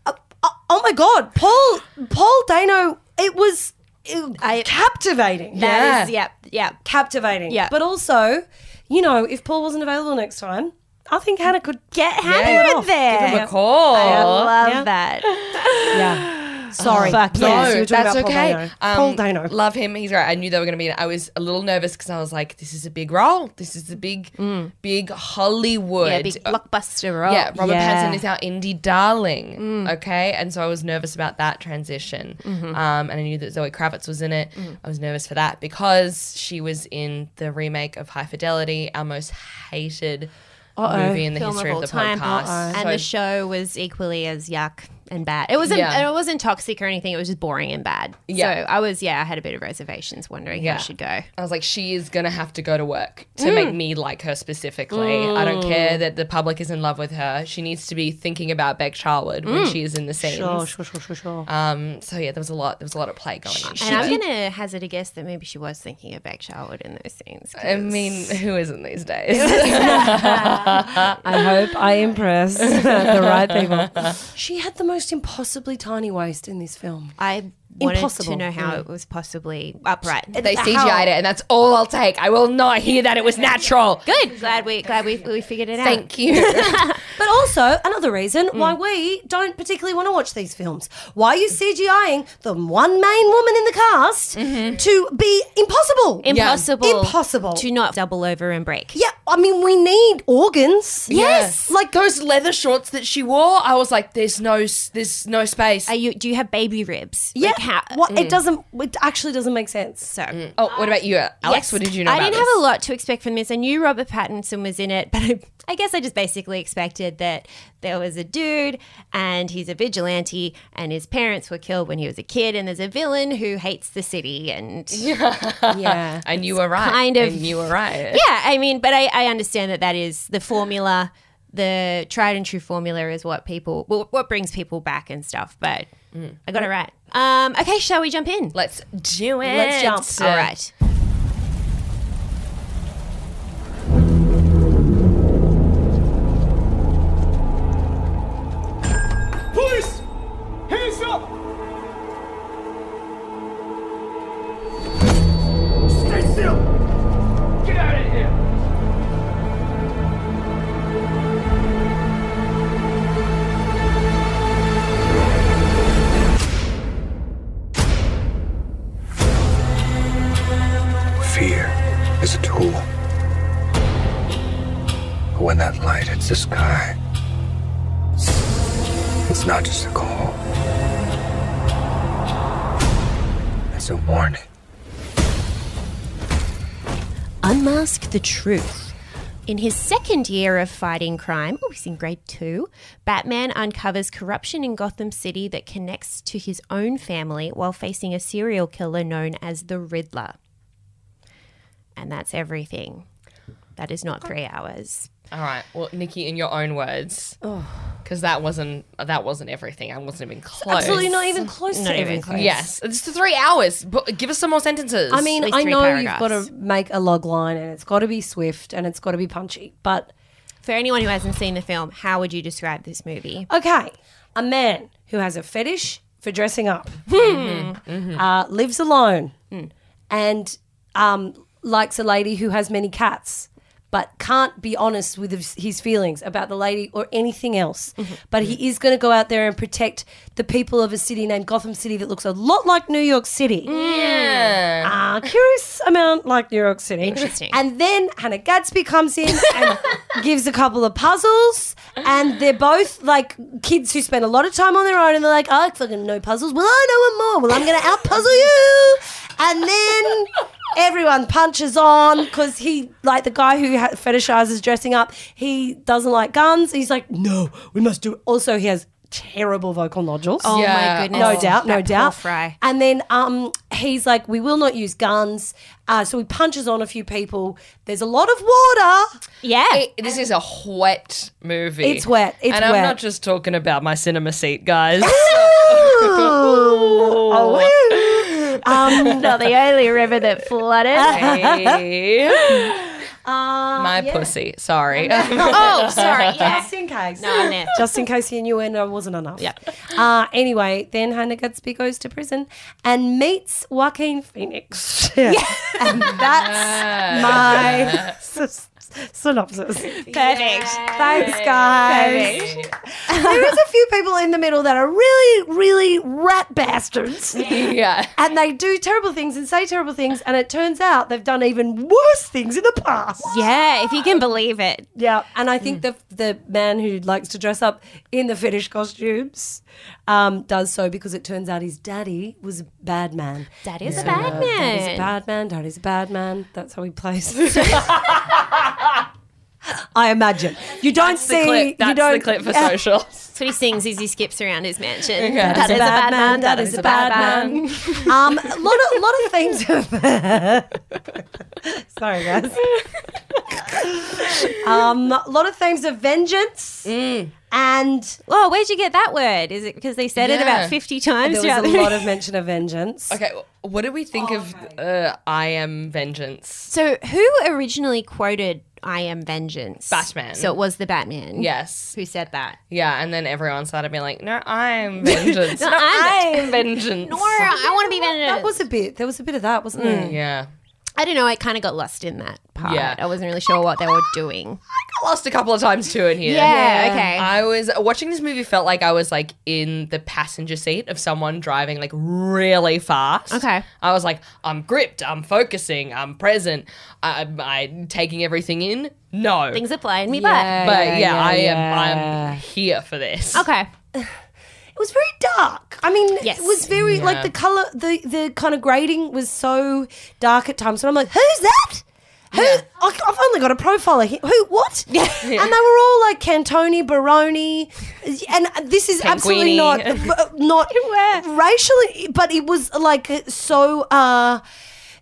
Speaker 3: uh, uh, oh my god, Paul Paul Dano, it was it- captivating
Speaker 1: That is, yep, yep.
Speaker 3: captivating.
Speaker 1: Yeah.
Speaker 3: But also, you know, if Paul wasn't available next time, I think Hannah could
Speaker 1: Get Hannah
Speaker 3: Yeah.
Speaker 1: in there.
Speaker 2: Give him a call.
Speaker 1: I love
Speaker 3: Yeah.
Speaker 1: that.
Speaker 3: Yeah. <gasps> Sorry.
Speaker 1: Fuck
Speaker 3: no,
Speaker 1: yes.
Speaker 2: No,
Speaker 3: you were talking
Speaker 2: that's
Speaker 3: about Paul
Speaker 2: okay.
Speaker 3: Dano.
Speaker 2: Um,
Speaker 3: Paul Dano.
Speaker 2: Love him. He's right. I knew they were going to be in it. I was a little nervous because I was like, this is a big role. This is a big,
Speaker 3: Mm.
Speaker 2: big Hollywood. Uh,
Speaker 1: Yeah, big blockbuster role.
Speaker 2: Yeah, Robert
Speaker 3: Yeah. Mm.
Speaker 2: Pattinson is our indie darling. Okay. And so I was nervous about that transition.
Speaker 3: Mm-hmm.
Speaker 2: Um, and I knew that Zoe Kravitz was in it.
Speaker 3: Mm.
Speaker 2: I was nervous for that because she was in the remake of High Fidelity, our most hated movie in the
Speaker 1: Film of
Speaker 2: history of,
Speaker 1: all
Speaker 2: the
Speaker 1: time,
Speaker 3: Uh-uh.
Speaker 2: podcast.
Speaker 1: and
Speaker 2: So-
Speaker 1: the show was equally as yuck and bad. It wasn't.
Speaker 2: Yeah.
Speaker 1: It wasn't toxic or anything. It was just boring and bad.
Speaker 2: Yeah.
Speaker 1: So I was. Yeah, I had a bit of reservations, wondering
Speaker 2: Yeah.
Speaker 1: how it should go.
Speaker 2: I was like, she is gonna have to go to work to
Speaker 1: Mm.
Speaker 2: make me like her specifically. I don't care that the public is in love with her. She needs to be thinking about Beck Charwood
Speaker 1: Mm.
Speaker 2: when she is in the scenes.
Speaker 3: Sure, sure, sure, sure, sure.
Speaker 2: Um, so yeah, there was a lot. There was a lot of play going on.
Speaker 1: and I'm gonna hazard a guess that maybe she was thinking of Beck Charlotte in those scenes.
Speaker 2: I mean, who isn't these days? <laughs>
Speaker 3: I hope I impress <laughs> the right people. She had the most impossibly tiny waist in this film.
Speaker 1: I wanted
Speaker 3: Impossible. Mm.
Speaker 1: to know how it was possibly upright.
Speaker 2: they CGI'd it, and that's all I'll take. I will not hear that it was natural.
Speaker 1: Good. Glad we glad we, we figured it out. <laughs>
Speaker 2: Thank you.
Speaker 3: But also, another reason why we don't particularly want to watch these films. Why are you CGIing the one main woman in the cast to be Mm-hmm. impossible?
Speaker 1: Impossible.
Speaker 3: Impossible.
Speaker 1: to not double over and break.
Speaker 3: yeah, I mean, we need organs.
Speaker 2: <laughs> Yes, like those leather shorts that she wore. I was like, there's no, s- there's no space.
Speaker 1: Are you? Do you have baby ribs?
Speaker 3: Yeah,
Speaker 1: Like how, mm.
Speaker 3: what, it doesn't. It actually doesn't make sense.
Speaker 1: So.
Speaker 2: oh, what about you, Alex?
Speaker 1: Yes.
Speaker 2: What did you know?
Speaker 1: I
Speaker 2: about
Speaker 1: didn't
Speaker 2: this?
Speaker 1: have a lot to expect from this. I knew Robert Pattinson was in it, but I, I guess I just basically expected that there was a dude and he's a vigilante and his parents were killed when he was a kid and there's a villain who hates the city
Speaker 2: <laughs>
Speaker 1: and <laughs> yeah,
Speaker 3: Yeah,
Speaker 2: And you were right.
Speaker 1: kind of-
Speaker 2: And you were right.
Speaker 1: I mean, but I, I understand that that is the formula. The tried and true formula is what people what what brings people back and stuff, but
Speaker 2: Mm.
Speaker 1: I got it right. Um, okay, shall we jump in?
Speaker 2: Let's do it.
Speaker 1: Let's jump. All right.
Speaker 4: Police! Hands up! Stay still! Get out of here!
Speaker 5: Fear is a tool. But when that light hits the sky, it's not just a call, it's a warning.
Speaker 1: Unmask the Truth. In his second year of fighting crime, oh, he's in grade two, Batman uncovers corruption in Gotham City that connects to his own family while facing a serial killer known as the Riddler. And that's everything. That is not three hours.
Speaker 2: All right. Well, Nikki, in your own words, because that wasn't that wasn't everything. I wasn't even close.
Speaker 3: absolutely not even close
Speaker 1: Not
Speaker 3: to
Speaker 1: even
Speaker 3: everything.
Speaker 1: close.
Speaker 2: Yes, it's the three hours. But give us some more sentences.
Speaker 3: I mean,
Speaker 1: At least
Speaker 3: I
Speaker 1: three
Speaker 3: know you've got
Speaker 1: paragraphs.
Speaker 3: to make a log line, and it's got to be swift, and it's got to be punchy. But
Speaker 1: For anyone who hasn't seen the film, how would you describe this movie?
Speaker 3: okay, a man who has a fetish for dressing up uh, lives alone and um, likes a lady who has many cats. but can't be honest with his- his feelings about the lady or anything else. But he is going to go out there and protect the people of a city named Gotham City that looks a lot like New York City. Ah, curious amount like New York City.
Speaker 1: Interesting.
Speaker 3: And then Hannah Gadsby comes in and gives a couple of puzzles, and they're both like kids who spend a lot of time on their own, and they're like, "Oh, "I fucking know puzzles. Well, I know one more. Well, I'm gonna outpuzzle you." And then everyone punches on because he, like the guy who ha- fetishizes dressing up, he doesn't like guns. He's like, "No, we must do." it." Also, he has terrible vocal nodules.
Speaker 1: Oh
Speaker 2: Yeah.
Speaker 1: my goodness.
Speaker 3: No doubt, no
Speaker 1: That poor
Speaker 3: doubt.
Speaker 1: Fry.
Speaker 3: And then um, he's like, "We will not use guns." Uh, so he punches on a few people. There's a lot of <laughs> water.
Speaker 1: Yeah.
Speaker 2: It- this is a wet movie.
Speaker 3: It's wet, it's
Speaker 2: and I'm
Speaker 3: wet.
Speaker 2: not just talking about my cinema seat,
Speaker 3: <laughs>
Speaker 2: guys.
Speaker 3: Oh, woo. <laughs> um,
Speaker 1: not <laughs> the only river that flooded.
Speaker 2: Hey. my
Speaker 3: Uh, yeah.
Speaker 2: pussy. Sorry. <laughs>
Speaker 1: oh, sorry. <laughs> Yeah.
Speaker 3: just in case.
Speaker 1: I know.
Speaker 3: Just in case the innuendo wasn't enough. Yeah. Uh, anyway, then Hannah Gadsby goes to prison and meets Joaquin Phoenix. Yeah. <laughs> Ah. and that's <laughs> my s- s- synopsis.
Speaker 1: Perfect.
Speaker 3: Thanks, guys.
Speaker 1: Perfect.
Speaker 3: <laughs> there is a few people in the middle that are really, really rat bastards.
Speaker 2: <laughs> yeah.
Speaker 3: And they do terrible things and say terrible things, and it turns out they've done even worse things in the past.
Speaker 1: Yeah, if you can believe it.
Speaker 3: Yeah, and I think the the man who likes to dress up in the fetish costumes um, does so because it turns out his daddy was a bad man.
Speaker 1: That is a bad man.
Speaker 3: Daddy's a bad man. Daddy's a bad man. That's how
Speaker 2: <laughs>
Speaker 3: he plays. <laughs> I imagine you don't see.
Speaker 2: Clip.
Speaker 3: you
Speaker 2: That's
Speaker 3: don't,
Speaker 2: the clip for
Speaker 3: <laughs> Yeah.
Speaker 2: socials.
Speaker 1: That's what he sings as he skips around his mansion.
Speaker 2: That
Speaker 1: That is a bad man.
Speaker 3: That is a bad man. <laughs> Um, a lot of lot of things. <laughs> Sorry, guys. Um, a lot of themes of vengeance
Speaker 2: Mm.
Speaker 3: and
Speaker 1: Whoa, where'd you get that word? Is it because they said it
Speaker 2: Yeah.
Speaker 1: about 50 times?
Speaker 3: there was a
Speaker 1: throughout the-
Speaker 3: lot of mention
Speaker 2: <laughs>
Speaker 3: of vengeance.
Speaker 2: Okay, what do we think
Speaker 3: Oh,
Speaker 2: of uh, I Am Vengeance?
Speaker 1: so, who originally quoted I Am Vengeance?
Speaker 2: Batman.
Speaker 1: So, it was the Batman.
Speaker 2: Yes.
Speaker 1: Who said that?
Speaker 2: Yeah, and then everyone started being like, no, I
Speaker 1: <laughs>
Speaker 2: am vengeance. no, I
Speaker 1: I'm-
Speaker 2: am vengeance.
Speaker 1: Or, I want to be
Speaker 3: That
Speaker 1: vengeance.
Speaker 3: was a bit. There was a bit of that, wasn't there?
Speaker 2: Yeah.
Speaker 1: I don't know. I kind of got lost in that part.
Speaker 2: Yeah.
Speaker 1: I wasn't really sure what they were doing.
Speaker 2: Lost a couple of times too in here.
Speaker 1: Yeah, okay.
Speaker 2: I was watching this movie, felt like I was like in the passenger seat of someone driving like really fast.
Speaker 1: Okay.
Speaker 2: I was like, I'm gripped, I'm focusing, I'm present, I'm, I'm taking everything in. No.
Speaker 1: Things are flying me
Speaker 3: Yeah.
Speaker 2: but yeah, I am
Speaker 3: yeah.
Speaker 2: I'm here for this.
Speaker 1: back. Okay.
Speaker 3: It was very dark. I mean,
Speaker 1: Yes.
Speaker 3: it was very like the color, the the kind of grading was so dark at times. And I'm like, who's that? Who? I, have only got a profiler here. Who?
Speaker 1: <laughs>
Speaker 3: What? Yeah. and they were all like Cantoni, Baroni, and this is absolutely
Speaker 1: <laughs>
Speaker 3: not
Speaker 2: Tanguini.
Speaker 3: b- not racially, but it was like so uh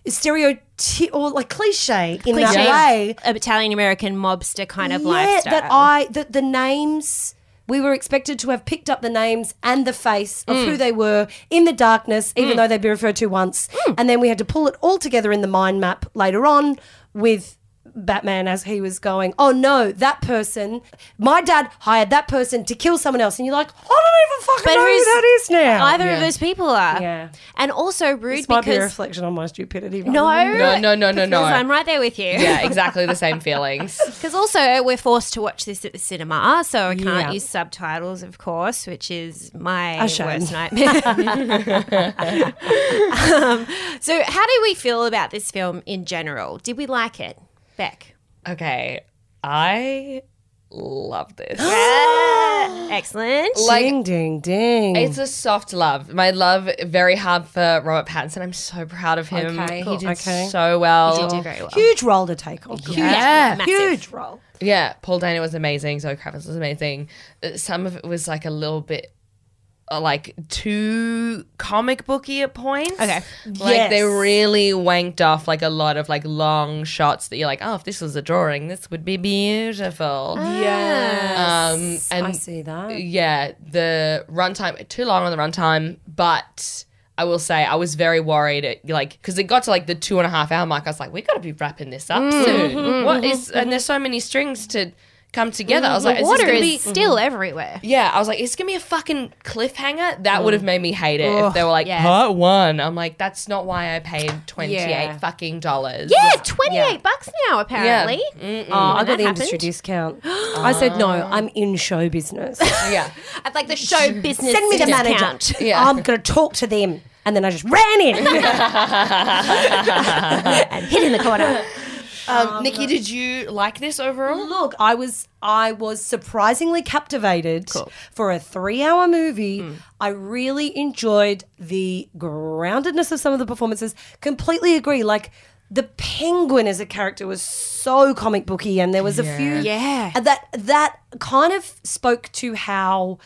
Speaker 3: stereotypical or like cliche in
Speaker 1: Cliche
Speaker 3: that way.
Speaker 1: Italian American mobster kind of
Speaker 3: yeah,
Speaker 1: lifestyle.
Speaker 3: that I that the names we were expected to have picked up the names and the face of
Speaker 1: Mm.
Speaker 3: who they were in the darkness, even though they'd been referred to once,
Speaker 1: Mm.
Speaker 3: and then we had to pull it all together in the mind map later on with. Batman, as he was going, oh no, that person, my dad hired that person to kill someone else. And you're like, I don't even fucking
Speaker 1: But
Speaker 3: know who
Speaker 1: who's-
Speaker 3: that is now.
Speaker 1: Either of those people are.
Speaker 3: Yeah.
Speaker 1: And also rude
Speaker 3: this might be a
Speaker 1: because.
Speaker 3: reflection on my stupidity.
Speaker 1: no,
Speaker 2: No, no, no, no, no.
Speaker 1: Because I'm right there with you. <laughs>
Speaker 2: <laughs> yeah, exactly the same feelings.
Speaker 1: Because also we're forced to watch this at the cinema, so I can't
Speaker 3: Yeah.
Speaker 1: use subtitles, of course, which is my
Speaker 3: A shame. <laughs>
Speaker 1: worst nightmare. Um, so, how do we feel about this film in general? Did we like it, Beck?
Speaker 2: Okay. I love
Speaker 1: <gasps>
Speaker 2: this. <laughs>
Speaker 1: Excellent.
Speaker 2: like
Speaker 3: ding, ding, ding.
Speaker 2: it's a soft love. My love very hard for Robert Pattinson. I'm so proud of him.
Speaker 1: Okay,
Speaker 2: He
Speaker 1: cool.
Speaker 2: did
Speaker 3: Okay.
Speaker 2: so well.
Speaker 1: you did very well.
Speaker 3: huge role to take on. Huge,
Speaker 1: Yeah, massive.
Speaker 3: huge role.
Speaker 2: Yeah, Paul Dana was amazing. Zoe Kravitz was amazing. Uh, Some of it was like a little bit uh, like too comic booky at points.
Speaker 1: Okay.
Speaker 2: Like they
Speaker 3: Yes.
Speaker 2: really wanked off like a lot of like long shots that you're like, oh, if this was a drawing, this would be beautiful.
Speaker 3: Yeah.
Speaker 2: Um, and
Speaker 3: I see
Speaker 6: Oh.
Speaker 3: that.
Speaker 2: yeah, the runtime too long on the runtime, but I will say I was very worried. It, like because it got to like the two
Speaker 6: Mm. Mm-hmm.
Speaker 2: and a half hour mark, I was like, we got to be wrapping this up soon. What is- And there's so many strings to come together. I was like,
Speaker 6: Mm-hmm. the
Speaker 2: is this
Speaker 6: water
Speaker 2: gonna
Speaker 6: is
Speaker 2: be
Speaker 6: still everywhere.
Speaker 2: yeah, I was like, it's gonna be a fucking cliffhanger. That would have made me hate it if they were like
Speaker 6: Mm. yeah.
Speaker 2: part one. I'm like, that's not why I paid twenty eight
Speaker 3: Yeah.
Speaker 2: fucking dollars.
Speaker 6: Yeah, twenty eight bucks now apparently.
Speaker 3: Oh, I got
Speaker 6: that
Speaker 3: the industry
Speaker 6: happened?
Speaker 3: discount. <gasps> I said no. I'm in show <laughs> business.
Speaker 2: yeah,
Speaker 1: I'd like the show business
Speaker 3: Send me the
Speaker 1: discount.
Speaker 3: manager.
Speaker 2: Yeah.
Speaker 3: I'm gonna talk to them. And then I just ran <laughs> in.
Speaker 1: and hit in the corner.
Speaker 2: Um,
Speaker 6: uh,
Speaker 2: Nikki, did you like this overall?
Speaker 3: Look, I was I was surprisingly captivated for a three-hour movie. I really enjoyed the groundedness of some of the performances. Completely agree. Like the penguin as a character was so comic booky, and there was a few
Speaker 6: Yeah.
Speaker 3: and that that kind of spoke to how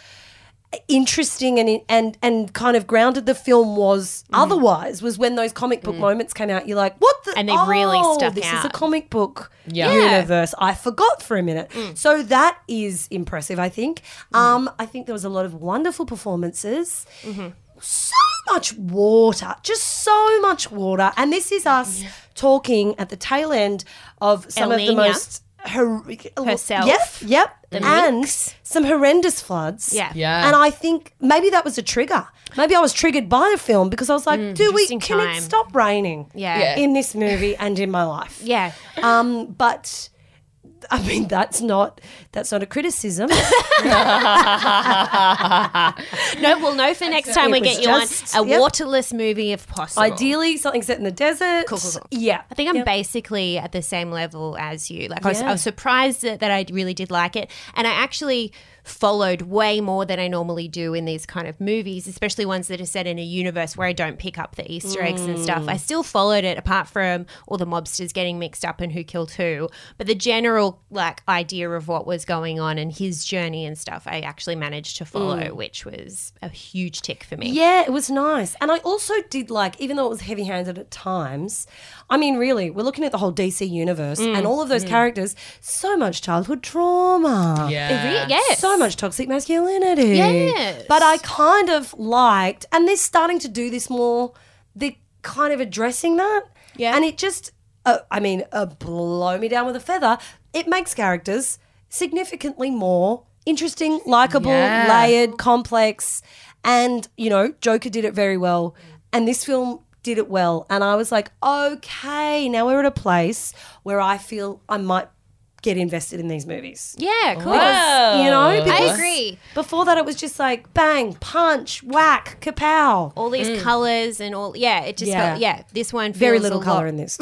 Speaker 3: interesting and and and kind of grounded the film was
Speaker 1: Mm.
Speaker 3: otherwise was when those comic book moments came out you're like what the
Speaker 1: And they really
Speaker 3: oh,
Speaker 1: stuck
Speaker 3: this is a
Speaker 1: out.
Speaker 3: comic book
Speaker 2: Yeah. Mm.
Speaker 3: universe i forgot for a minute so that is impressive i think um i think there was a lot of wonderful performances
Speaker 2: Mm-hmm.
Speaker 3: so much water, just so much water. And this is us talking at the tail end of some
Speaker 1: El
Speaker 3: of the
Speaker 1: Niño.
Speaker 3: most horrific.
Speaker 1: Herself.
Speaker 3: Yep, yep. and some horrendous floods.
Speaker 1: Yeah.
Speaker 2: Yeah.
Speaker 3: And I think maybe that was a trigger. Maybe I was triggered by the film because I was like, do we,
Speaker 1: Mm, in
Speaker 3: can it
Speaker 1: time.
Speaker 3: stop raining
Speaker 1: Yeah.
Speaker 2: Yeah.
Speaker 3: in this movie and in my life?
Speaker 1: Yeah.
Speaker 3: Um, but I mean, that's not, that's not a
Speaker 1: <laughs>
Speaker 3: criticism.
Speaker 1: No, we'll know for next time we
Speaker 3: It was
Speaker 1: get you
Speaker 3: just-
Speaker 1: on a
Speaker 3: yep.
Speaker 1: waterless movie if possible.
Speaker 3: Ideally, something set in the desert. Yeah.
Speaker 1: I think I'm basically at the same level as you. Like I, was, I was surprised that, that I really did like it, and I actually followed way more than I normally do in these kind of movies, especially ones that are set in a universe where I don't pick up the Easter eggs and stuff.
Speaker 3: Mm.
Speaker 1: I still followed it, apart from all the mobsters getting mixed up and who killed who. But the general like idea of what was going on and his journey and stuff, I actually managed to follow, which was a huge tick for me.
Speaker 3: Mm. Yeah, it was nice. And I also did like, even though it was heavy handed at times, I mean, really, we're looking at the whole DC universe
Speaker 1: Mm.
Speaker 3: and all of those characters, so much childhood trauma.
Speaker 2: Yeah,
Speaker 1: Yes.
Speaker 3: So much toxic masculinity.
Speaker 1: Yes.
Speaker 3: But I kind of liked, and they're starting to do this more, they're kind of addressing that. Yeah. And it just, uh, I mean, uh, blow me down with a feather. It makes characters significantly more interesting, likable,
Speaker 2: Yeah.
Speaker 3: layered, complex. And, you know, Joker did it very well. And this film did it well. And I was like, okay, now we're at a place where I feel I might get invested in these movies.
Speaker 1: Yeah, cool.
Speaker 2: Whoa.
Speaker 3: You
Speaker 1: Oh,
Speaker 3: know, because
Speaker 6: agree.
Speaker 3: Before that, it was just like bang, punch, whack, kapow.
Speaker 1: all these colors and all yeah it just
Speaker 3: Mm. Yeah.
Speaker 1: felt yeah this one feels
Speaker 3: Very little
Speaker 1: a
Speaker 3: color
Speaker 1: lot- <laughs>
Speaker 3: in this.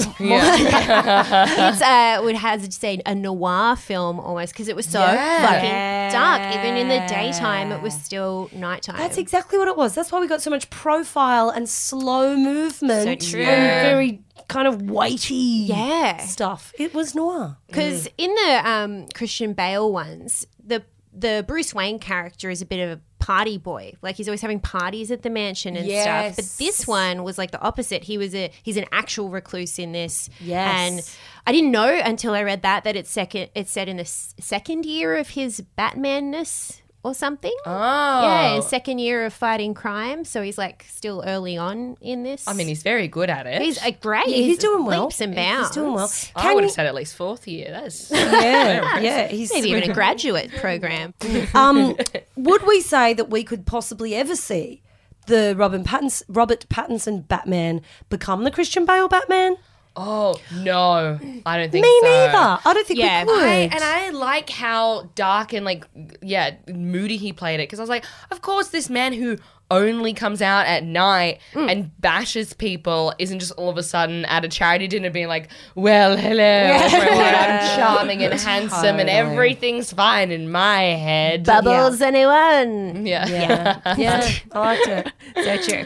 Speaker 1: it's uh would hazard to say a noir film almost because it was so fucking dark even in the daytime it was still nighttime
Speaker 3: That's exactly what it was. That's why we got so much profile and slow movement.
Speaker 1: So true.
Speaker 3: And very kind of weighty
Speaker 1: Yeah.
Speaker 3: stuff. It was noir.
Speaker 1: because in the um Christian Bale ones the the Bruce Wayne character is a bit of a party boy like he's always having parties at the mansion and stuff but this one was like the opposite he was a he's an actual recluse in this
Speaker 3: Yes.
Speaker 1: and I didn't know until I read that that it's second. It's set in the s- second year of his Batmanness or something.
Speaker 2: Oh,
Speaker 1: Yeah, his second year of fighting crime. So he's like still early on in this.
Speaker 2: I mean, he's very good at it.
Speaker 1: he's like, great.
Speaker 3: Yeah, he's doing well.
Speaker 1: Leaps and bounds.
Speaker 3: He's doing well.
Speaker 2: I would
Speaker 3: you-
Speaker 2: have said at least fourth year. That's
Speaker 3: yeah, yeah, he's
Speaker 1: Maybe
Speaker 3: <laughs>
Speaker 1: even a graduate program.
Speaker 3: um, would we say that we could possibly ever see the Robin Pattins, Robert Pattinson Batman become the Christian Bale Batman?
Speaker 2: <laughs> oh no, I don't think
Speaker 3: Me
Speaker 2: so.
Speaker 3: neither. I don't think
Speaker 1: Yeah,
Speaker 3: we could.
Speaker 2: I- and I like how dark and like yeah moody he played it because I was like, of course, this man who only comes out at night and bashes people isn't just all of a sudden at a charity dinner being like, well, <laughs> hello, everyone, <laughs> I'm charming and handsome and everything's fine in my head.
Speaker 1: Bubbles, anyone?
Speaker 2: yeah.
Speaker 3: yeah, <laughs> yeah, I liked it.
Speaker 1: So true.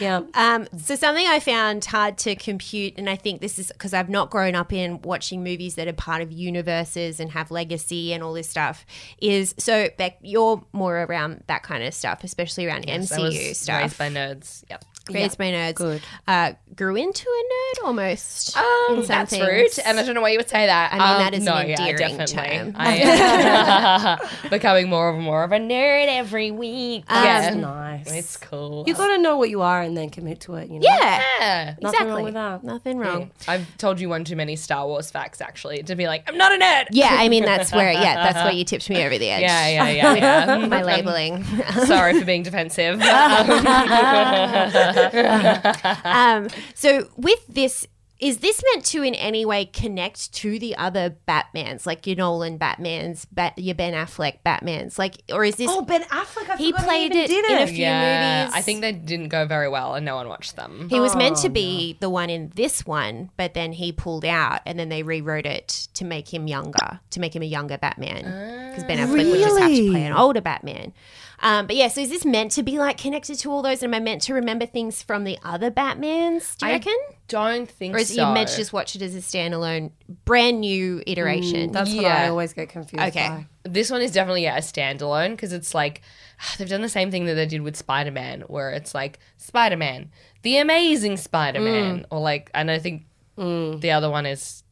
Speaker 3: Yeah.
Speaker 1: Um, so something I found hard to compute, and I think this is because I've not grown up in watching movies that are part of universes and have legacy and all this stuff, is so Beck, you're more around that kind of stuff, especially around
Speaker 2: Yes, I
Speaker 1: MCU
Speaker 2: was
Speaker 1: stuff.
Speaker 2: Raised by nerds. Yep.
Speaker 1: Raised by nerds.
Speaker 3: good.
Speaker 1: Uh, grew into a nerd almost. in
Speaker 2: Um,
Speaker 1: some
Speaker 2: that's
Speaker 1: things.
Speaker 2: rude, and I don't know why you would say that.
Speaker 1: I mean,
Speaker 2: Um,
Speaker 1: that is an
Speaker 2: no,
Speaker 1: endearing
Speaker 2: yeah, definitely.
Speaker 1: term.
Speaker 2: I
Speaker 1: <laughs>
Speaker 2: am <laughs> becoming more and more of a nerd every week.
Speaker 1: Um,
Speaker 2: yeah,
Speaker 3: That's nice.
Speaker 2: it's cool.
Speaker 3: you got to know what you are and then commit to it. You know?
Speaker 1: Yeah,
Speaker 2: yeah.
Speaker 3: Nothing
Speaker 1: exactly.
Speaker 3: wrong with that.
Speaker 1: Nothing wrong.
Speaker 2: I've told you one too many Star Wars facts actually to be like, I'm not a nerd.
Speaker 1: Yeah, I mean that's where yeah, that's where you tipped me over the edge.
Speaker 2: <laughs> yeah, yeah, yeah. yeah.
Speaker 1: <laughs>
Speaker 2: <laughs>
Speaker 1: My labeling.
Speaker 2: Sorry for
Speaker 1: <laughs>
Speaker 2: being defensive. Um,
Speaker 1: um, so with this, is this meant to in any way connect to the other Batmans, like your Nolan Batmans, Bat- your Ben Affleck Batmans, like, or is this?
Speaker 3: Oh, Ben Affleck. I
Speaker 1: he
Speaker 3: forgot
Speaker 1: played
Speaker 3: he
Speaker 1: it,
Speaker 3: even did
Speaker 1: in
Speaker 3: it.
Speaker 1: a few
Speaker 2: <laughs> yeah,
Speaker 1: movies.
Speaker 2: I think they didn't go very well, and no one watched them.
Speaker 1: he was meant to be the one in this one, but then he pulled out, and then they rewrote it to make him younger, to make him a younger Batman, because Ben Affleck would just have to play an older Batman. Um, but yeah, so is this meant to be like connected to all those? And am I meant to remember things from the other Batmans? Do you
Speaker 2: I
Speaker 1: reckon?
Speaker 2: Don't think
Speaker 1: Or is you
Speaker 2: so.
Speaker 1: meant to just watch it as a standalone, brand new iteration?
Speaker 3: That's what
Speaker 2: Yeah.
Speaker 3: I always get confused.
Speaker 1: Okay.
Speaker 3: by.
Speaker 2: this one is definitely yeah, a standalone because it's like <sighs> they've done the same thing that they did with Spider Man, where it's like Spider Man, the Amazing Spider Man, or like, and I think the other one is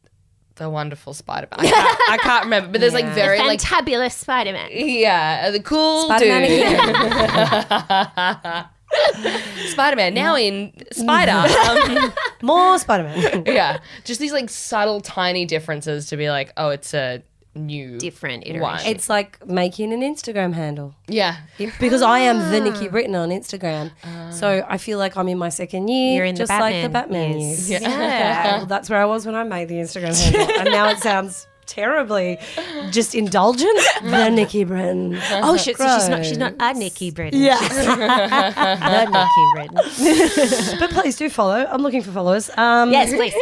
Speaker 2: the Wonderful Spider Man. Mm. I, can't- I can't remember, but there's like very like
Speaker 1: Fantabulous Spider-Man.
Speaker 2: yeah, uh, the cool <laughs>
Speaker 3: <laughs>
Speaker 2: dude. Spider Man now in Spider. <laughs> Um,
Speaker 3: <laughs> More Spider Man.
Speaker 2: yeah, just these like subtle, tiny differences to be like, oh, it's a new
Speaker 1: Different iteration.
Speaker 2: one.
Speaker 3: it's like making an Instagram handle.
Speaker 2: yeah,
Speaker 3: Because I am the
Speaker 1: Ah.
Speaker 3: Nikki Britton on Instagram. so I feel like I'm in my second year,
Speaker 1: You're in the
Speaker 3: just like the
Speaker 1: Batman
Speaker 3: Batman
Speaker 1: years.
Speaker 3: years. Yeah. well, that's where I was when I made the Instagram handle. and now it sounds terribly
Speaker 1: <laughs>
Speaker 3: just indulgent. the Nikki Britton.
Speaker 1: Oh shit! So she's not. She's not a Nikki Britton.
Speaker 3: Yeah.
Speaker 1: She's <laughs> the Nikki <laughs> Britton.
Speaker 3: but please do follow. I'm looking for followers. Um,
Speaker 1: Yes, please.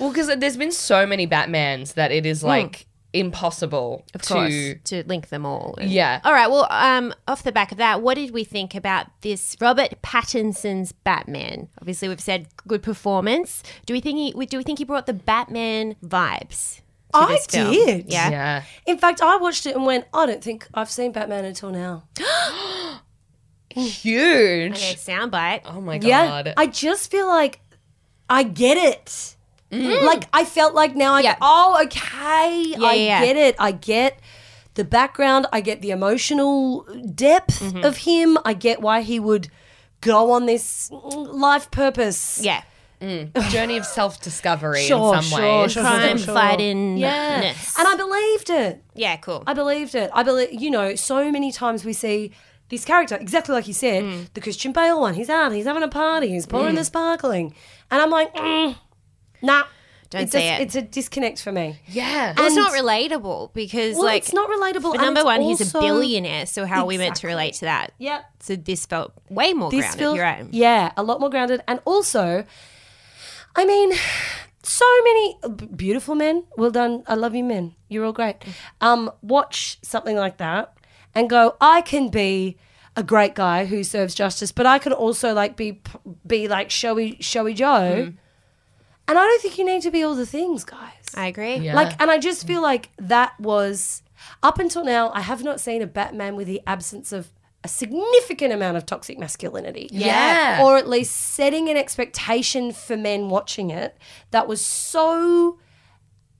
Speaker 2: Well, because there's been so many Batmans that it is like impossible
Speaker 1: Of
Speaker 2: to.
Speaker 1: course, to link them all.
Speaker 2: Yeah.
Speaker 1: All right. Well, um, off the back of that, what did we think about this Robert Pattinson's Batman? Obviously, we've said good performance. Do we think he? we- Do we think he brought the Batman vibes? To
Speaker 3: I
Speaker 1: this film?
Speaker 3: did.
Speaker 1: Yeah.
Speaker 2: Yeah.
Speaker 3: In fact, I watched it and went, I don't think I've seen Batman until now.
Speaker 2: Huge.
Speaker 1: Okay, soundbite.
Speaker 2: Oh my
Speaker 3: Yeah.
Speaker 2: god.
Speaker 3: I just feel like I get it. Like I felt like now I
Speaker 1: Mm. Yeah.
Speaker 3: oh okay I
Speaker 1: yeah, yeah.
Speaker 3: get it I get the background I get the emotional depth
Speaker 1: Mm-hmm.
Speaker 3: of him I get why he would go on this life purpose
Speaker 1: Yeah.
Speaker 2: Journey of self discovery
Speaker 3: Sure,
Speaker 2: in some
Speaker 3: sure,
Speaker 2: ways.
Speaker 3: sure.
Speaker 1: Crime
Speaker 3: sure.
Speaker 1: fighting.
Speaker 3: yeah and I believed it
Speaker 1: Yeah, cool.
Speaker 3: I believed it. I believe, you know, so many times we see this character, exactly like you said,
Speaker 1: Mm.
Speaker 3: the Christian Bale one. He's out, he's having a party, he's pouring the sparkling. And I'm like, mm, nah.
Speaker 1: Don't
Speaker 3: it's
Speaker 1: say
Speaker 3: a,
Speaker 1: it.
Speaker 3: It's a disconnect for me.
Speaker 2: <laughs> Yeah.
Speaker 1: Well, it's
Speaker 3: And-
Speaker 1: not relatable because,
Speaker 3: Well,
Speaker 1: like,
Speaker 3: it's not relatable.
Speaker 1: for
Speaker 3: and
Speaker 1: number
Speaker 3: it's
Speaker 1: one, he's a
Speaker 3: also-
Speaker 1: billionaire, so how are we meant to relate to that?
Speaker 3: Yep.
Speaker 1: So this felt way more
Speaker 3: This
Speaker 1: grounded.
Speaker 3: feels
Speaker 1: You're right.
Speaker 3: yeah, a lot more grounded, and also, I mean, so many b- beautiful men. Well done, I love you, men. You're all great. Um, watch something like that and go, I can be a great guy who serves justice, but I can also like be p- be like showy showy Joe.
Speaker 1: Hmm.
Speaker 3: And I don't think you need to be all the things, guys.
Speaker 1: I agree.
Speaker 2: Yeah.
Speaker 3: Like, and I just feel like that was up until now. I have not seen a Batman with the absence of a significant amount of toxic masculinity.
Speaker 2: Yeah.
Speaker 3: or at least setting an expectation for men watching it that was so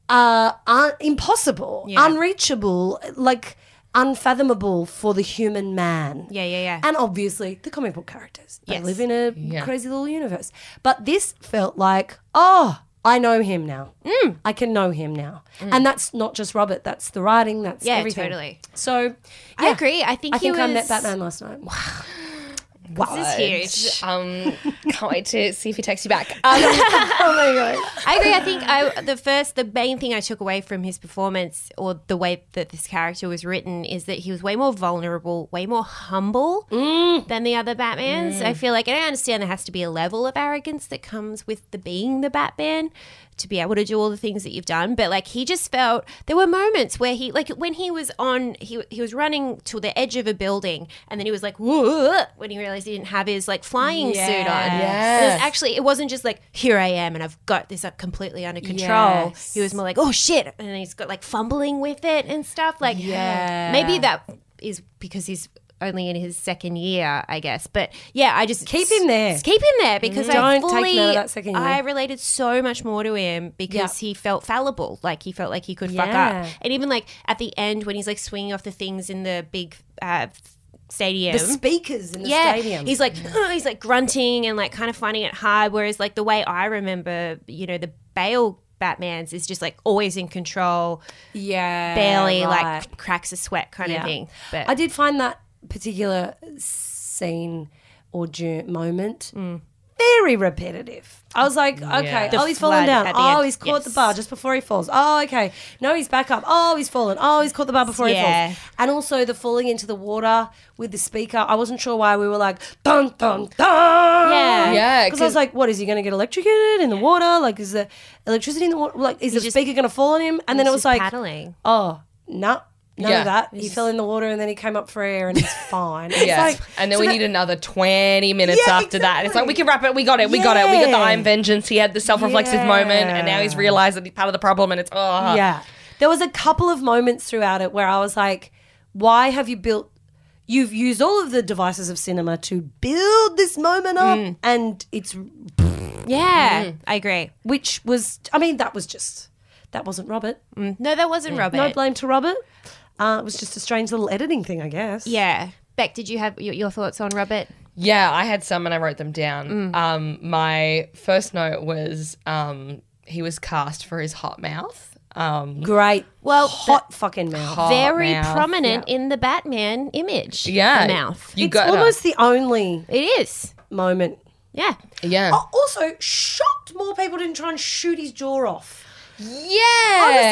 Speaker 3: uh, un- impossible, unreachable, like unfathomable for the human man.
Speaker 1: Yeah, yeah, yeah.
Speaker 3: And obviously, the comic book characters. They
Speaker 1: Yes.
Speaker 3: live in a crazy little universe. But this felt like, oh, I know him now.
Speaker 1: Mm.
Speaker 3: I can know him now. And that's not just Robert, that's the writing, that's
Speaker 1: Yeah,
Speaker 3: everything.
Speaker 1: totally.
Speaker 3: So,
Speaker 1: I
Speaker 3: yeah,
Speaker 1: agree. I think
Speaker 3: I
Speaker 1: he
Speaker 3: think
Speaker 1: was.
Speaker 3: I met Batman last night.
Speaker 1: This is huge.
Speaker 2: Um, can't wait to see if he texts you
Speaker 3: <laughs>
Speaker 2: back. Um,
Speaker 1: I agree. I think I, the first, the main thing I took away from his performance or the way that this character was written is that he was way more vulnerable, way more humble than the other Batmans. I
Speaker 2: Mm.
Speaker 1: feel like, and I understand there has to be a level of arrogance that comes with the being the Batman to be able to do all the things that you've done. But like, he just felt there were moments where he, like, when he was on, he he was running to the edge of a building, and then he was like, "Whoa!" when he realized he didn't have his like flying suit on. And it was
Speaker 2: Yes.
Speaker 1: actually it wasn't just like here I am and I've got this up completely under control.
Speaker 2: Yes.
Speaker 1: He was more like oh shit, and he's got like fumbling with it and stuff. Like maybe that is because he's only in his second year, I guess. But yeah, I just
Speaker 3: Keep him there.
Speaker 1: s- Keep him there because I
Speaker 3: Don't take him
Speaker 1: fully,
Speaker 3: out of that second year.
Speaker 1: I related so much more to him because he felt fallible. Like he felt like he could
Speaker 3: Yeah.
Speaker 1: fuck up, and even like at the end when he's like swinging off the things in the big uh, stadium,
Speaker 3: The speakers in the
Speaker 1: yeah,
Speaker 3: stadium.
Speaker 1: he's like "Ugh," <laughs> he's like grunting and like kind of finding it hard. Whereas like the way I remember, you know, the Bale Batman's is just like always in control,
Speaker 3: yeah,
Speaker 1: barely
Speaker 3: right.
Speaker 1: like cracks a sweat kind of thing. But
Speaker 3: I did find that particular scene or ju- moment
Speaker 1: Mm.
Speaker 3: very repetitive. I was like, okay, oh, he's
Speaker 1: flood
Speaker 3: fallen down.
Speaker 1: at the
Speaker 3: Oh,
Speaker 1: end.
Speaker 3: he's caught the
Speaker 1: Yes.
Speaker 3: bar just before he falls. Oh, okay. No, he's back up. Oh, he's fallen. Oh, he's caught the bar before
Speaker 1: Yeah.
Speaker 3: he falls. And also the falling into the water with the speaker. I wasn't sure why we were like, dun, dun, dun.
Speaker 1: Yeah.
Speaker 2: Yeah,
Speaker 3: Because I was
Speaker 2: 'cause-
Speaker 3: like, what, is he going to get electrocuted in the water? Like, is the electricity in the water? Like, is the speaker going to fall on him? And then it was
Speaker 1: just
Speaker 3: like,
Speaker 1: paddling.
Speaker 3: oh, no, none
Speaker 2: Yeah.
Speaker 3: of that. He fell in the water and then he came up for
Speaker 2: <laughs>
Speaker 3: air and he's fine. It's
Speaker 2: Yeah.
Speaker 3: like-
Speaker 2: and then
Speaker 3: so
Speaker 2: we
Speaker 3: that-
Speaker 2: need another 20 minutes
Speaker 3: Yeah,
Speaker 2: after that. And it's like, we can wrap it. We got it. We
Speaker 3: Yeah.
Speaker 2: got it. We got the I am vengeance. He had the self reflexive
Speaker 3: Yeah.
Speaker 2: moment. And now he's realized that he's part of the problem. And it's, oh.
Speaker 3: Yeah. There was a couple of moments throughout it where I was like, why have you built you've used all of the devices of cinema to build this moment up
Speaker 2: Mm.
Speaker 3: and it's
Speaker 1: Mm. yeah, I agree.
Speaker 3: which was I mean, that was just that wasn't Robert.
Speaker 1: Mm. No, that wasn't Robert.
Speaker 3: No blame to Robert. Uh, it was just a strange little editing thing, I guess.
Speaker 1: yeah. Beck, did you have your, your thoughts on Robert?
Speaker 2: Yeah, I had some and I wrote them down.
Speaker 3: Mm.
Speaker 2: Um, my first note was um, he was cast for his hot mouth. Um,
Speaker 3: Great.
Speaker 1: Well,
Speaker 3: hot fucking mouth.
Speaker 2: hot
Speaker 1: very
Speaker 2: mouth.
Speaker 1: prominent in the Batman image.
Speaker 2: Yeah.
Speaker 1: the mouth.
Speaker 2: You
Speaker 3: it's
Speaker 2: got
Speaker 3: almost the only
Speaker 1: It is.
Speaker 3: moment
Speaker 1: Yeah.
Speaker 2: Yeah.
Speaker 3: Oh, also, shocked more people didn't try and shoot his jaw off.
Speaker 2: yeah. "Oh,
Speaker 3: I was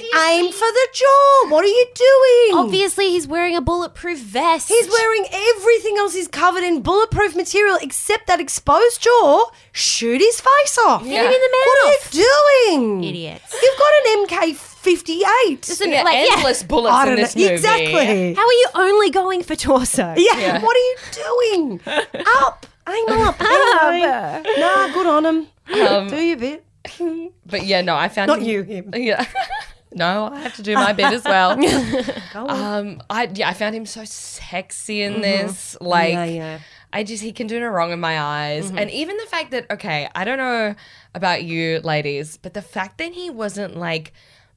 Speaker 3: like, "Oh, aim for the jaw. What are you doing?
Speaker 1: Obviously, he's wearing a bulletproof vest.
Speaker 3: He's wearing everything else is covered in bulletproof material except that exposed jaw. Shoot his face off.
Speaker 2: him in the
Speaker 3: What are you doing?
Speaker 1: Idiots.
Speaker 3: You've got an MK 58.
Speaker 1: Isn't it
Speaker 2: Yeah,
Speaker 1: like, yeah.
Speaker 2: endless bullets
Speaker 3: I
Speaker 2: in
Speaker 3: don't
Speaker 2: this
Speaker 3: know.
Speaker 2: movie.
Speaker 3: Exactly.
Speaker 1: How are you only going for torso?
Speaker 3: yeah. What are you
Speaker 2: <laughs>
Speaker 3: doing? up. Aim up. Up. Nah, good on him.
Speaker 2: Um,
Speaker 3: Do your bit.
Speaker 2: But yeah, no, I found
Speaker 3: Not
Speaker 2: him-
Speaker 3: you, him.
Speaker 2: <laughs> Yeah. no, I have to do my bit as
Speaker 3: <laughs>
Speaker 2: well. um, I yeah, I found him so sexy in this. Like,
Speaker 3: Mm-hmm. Yeah, yeah.
Speaker 2: I just he can do no wrong in my eyes,
Speaker 1: Mm-hmm.
Speaker 2: and even the fact that okay, I don't know about you ladies, but the fact that he wasn't like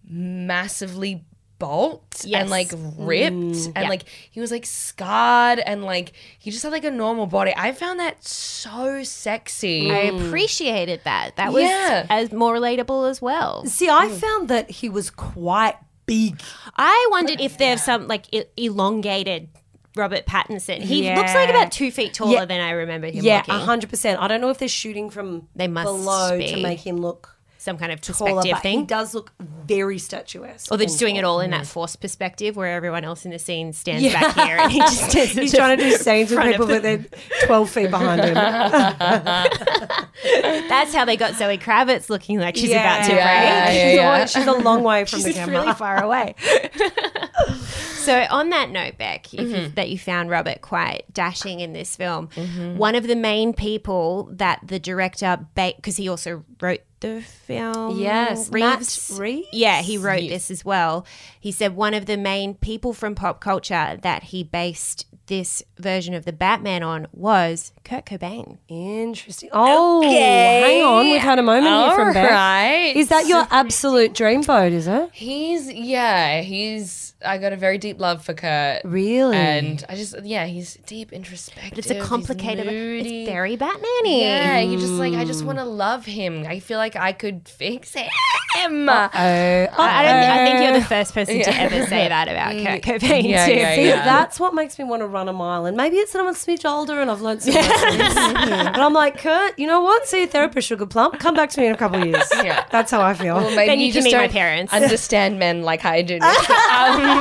Speaker 2: massively bulked
Speaker 1: Yes. Mm,
Speaker 2: and like ripped and like he was like scarred and like he just had like a normal body. I found that so sexy.
Speaker 1: I appreciated that. That was
Speaker 2: Yeah.
Speaker 1: as more relatable as well.
Speaker 3: See, I found that he was quite big.
Speaker 1: I wondered if there's some like e- elongated Robert Pattinson. He looks like about two feet taller
Speaker 3: Yeah.
Speaker 1: than I remember him
Speaker 3: Yeah,
Speaker 1: looking.
Speaker 3: a hundred percent. I don't know if they're shooting from
Speaker 1: They must
Speaker 3: below
Speaker 1: be.
Speaker 3: to make him look
Speaker 1: Some kind of
Speaker 3: taller,
Speaker 1: perspective
Speaker 3: but he
Speaker 1: thing. Oh,
Speaker 3: does look very statuesque.
Speaker 1: Or they're just doing it all in that forced perspective where everyone else in the scene stands back here and he just does
Speaker 3: <laughs>
Speaker 1: <laughs>
Speaker 3: He's trying to do scenes with people, but they're twelve feet behind
Speaker 1: <laughs>
Speaker 3: him.
Speaker 1: That's how they got Zoe Kravitz looking like she's about to
Speaker 2: Yeah,
Speaker 1: break.
Speaker 2: yeah,
Speaker 3: she's,
Speaker 2: yeah.
Speaker 3: A, <laughs> she's a long way from the
Speaker 1: She's
Speaker 3: camera.
Speaker 1: really far away. so, on that note, Beck, if you, that you found Robert quite dashing in this film, one of the main people that the director, because he also wrote the film, Reeves.
Speaker 3: Matt Reeves.
Speaker 1: Yeah, he wrote this as well. He said one of the main people from pop culture that he based this version of the Batman on was Kurt Cobain.
Speaker 3: <laughs> Interesting. Oh, hang on. We've had a moment here from Beth.
Speaker 2: Alright.
Speaker 3: Is that your absolute dream boat? Is it
Speaker 2: He's yeah, he's I got a very deep love for Kurt.
Speaker 3: really?
Speaker 1: Uh,
Speaker 2: And I just yeah, he's deep introspective.
Speaker 1: It's a complicated,
Speaker 2: he's moody.
Speaker 1: it's very Batman y.
Speaker 2: yeah, you just like I
Speaker 1: Mm.
Speaker 2: just want to love him. I feel like I could fix him.
Speaker 3: oh,
Speaker 1: I, don't, I think you're the first person to ever say that about Kurt Cobain.
Speaker 2: Yeah,
Speaker 1: too.
Speaker 2: yeah,
Speaker 3: See,
Speaker 2: yeah.
Speaker 3: that's what makes me want to run a mile. And maybe it's that I'm a smidge older and I've learned some lessons. but I'm like, Kurt, you know what? See a therapist, sugar plump. Come back to me in a couple of years.
Speaker 2: Yeah.
Speaker 3: That's how I feel.
Speaker 2: Well, maybe
Speaker 1: Then you can
Speaker 2: just
Speaker 1: meet my
Speaker 2: don't
Speaker 1: parents.
Speaker 2: Understand men like
Speaker 1: <laughs>
Speaker 2: I do. Um,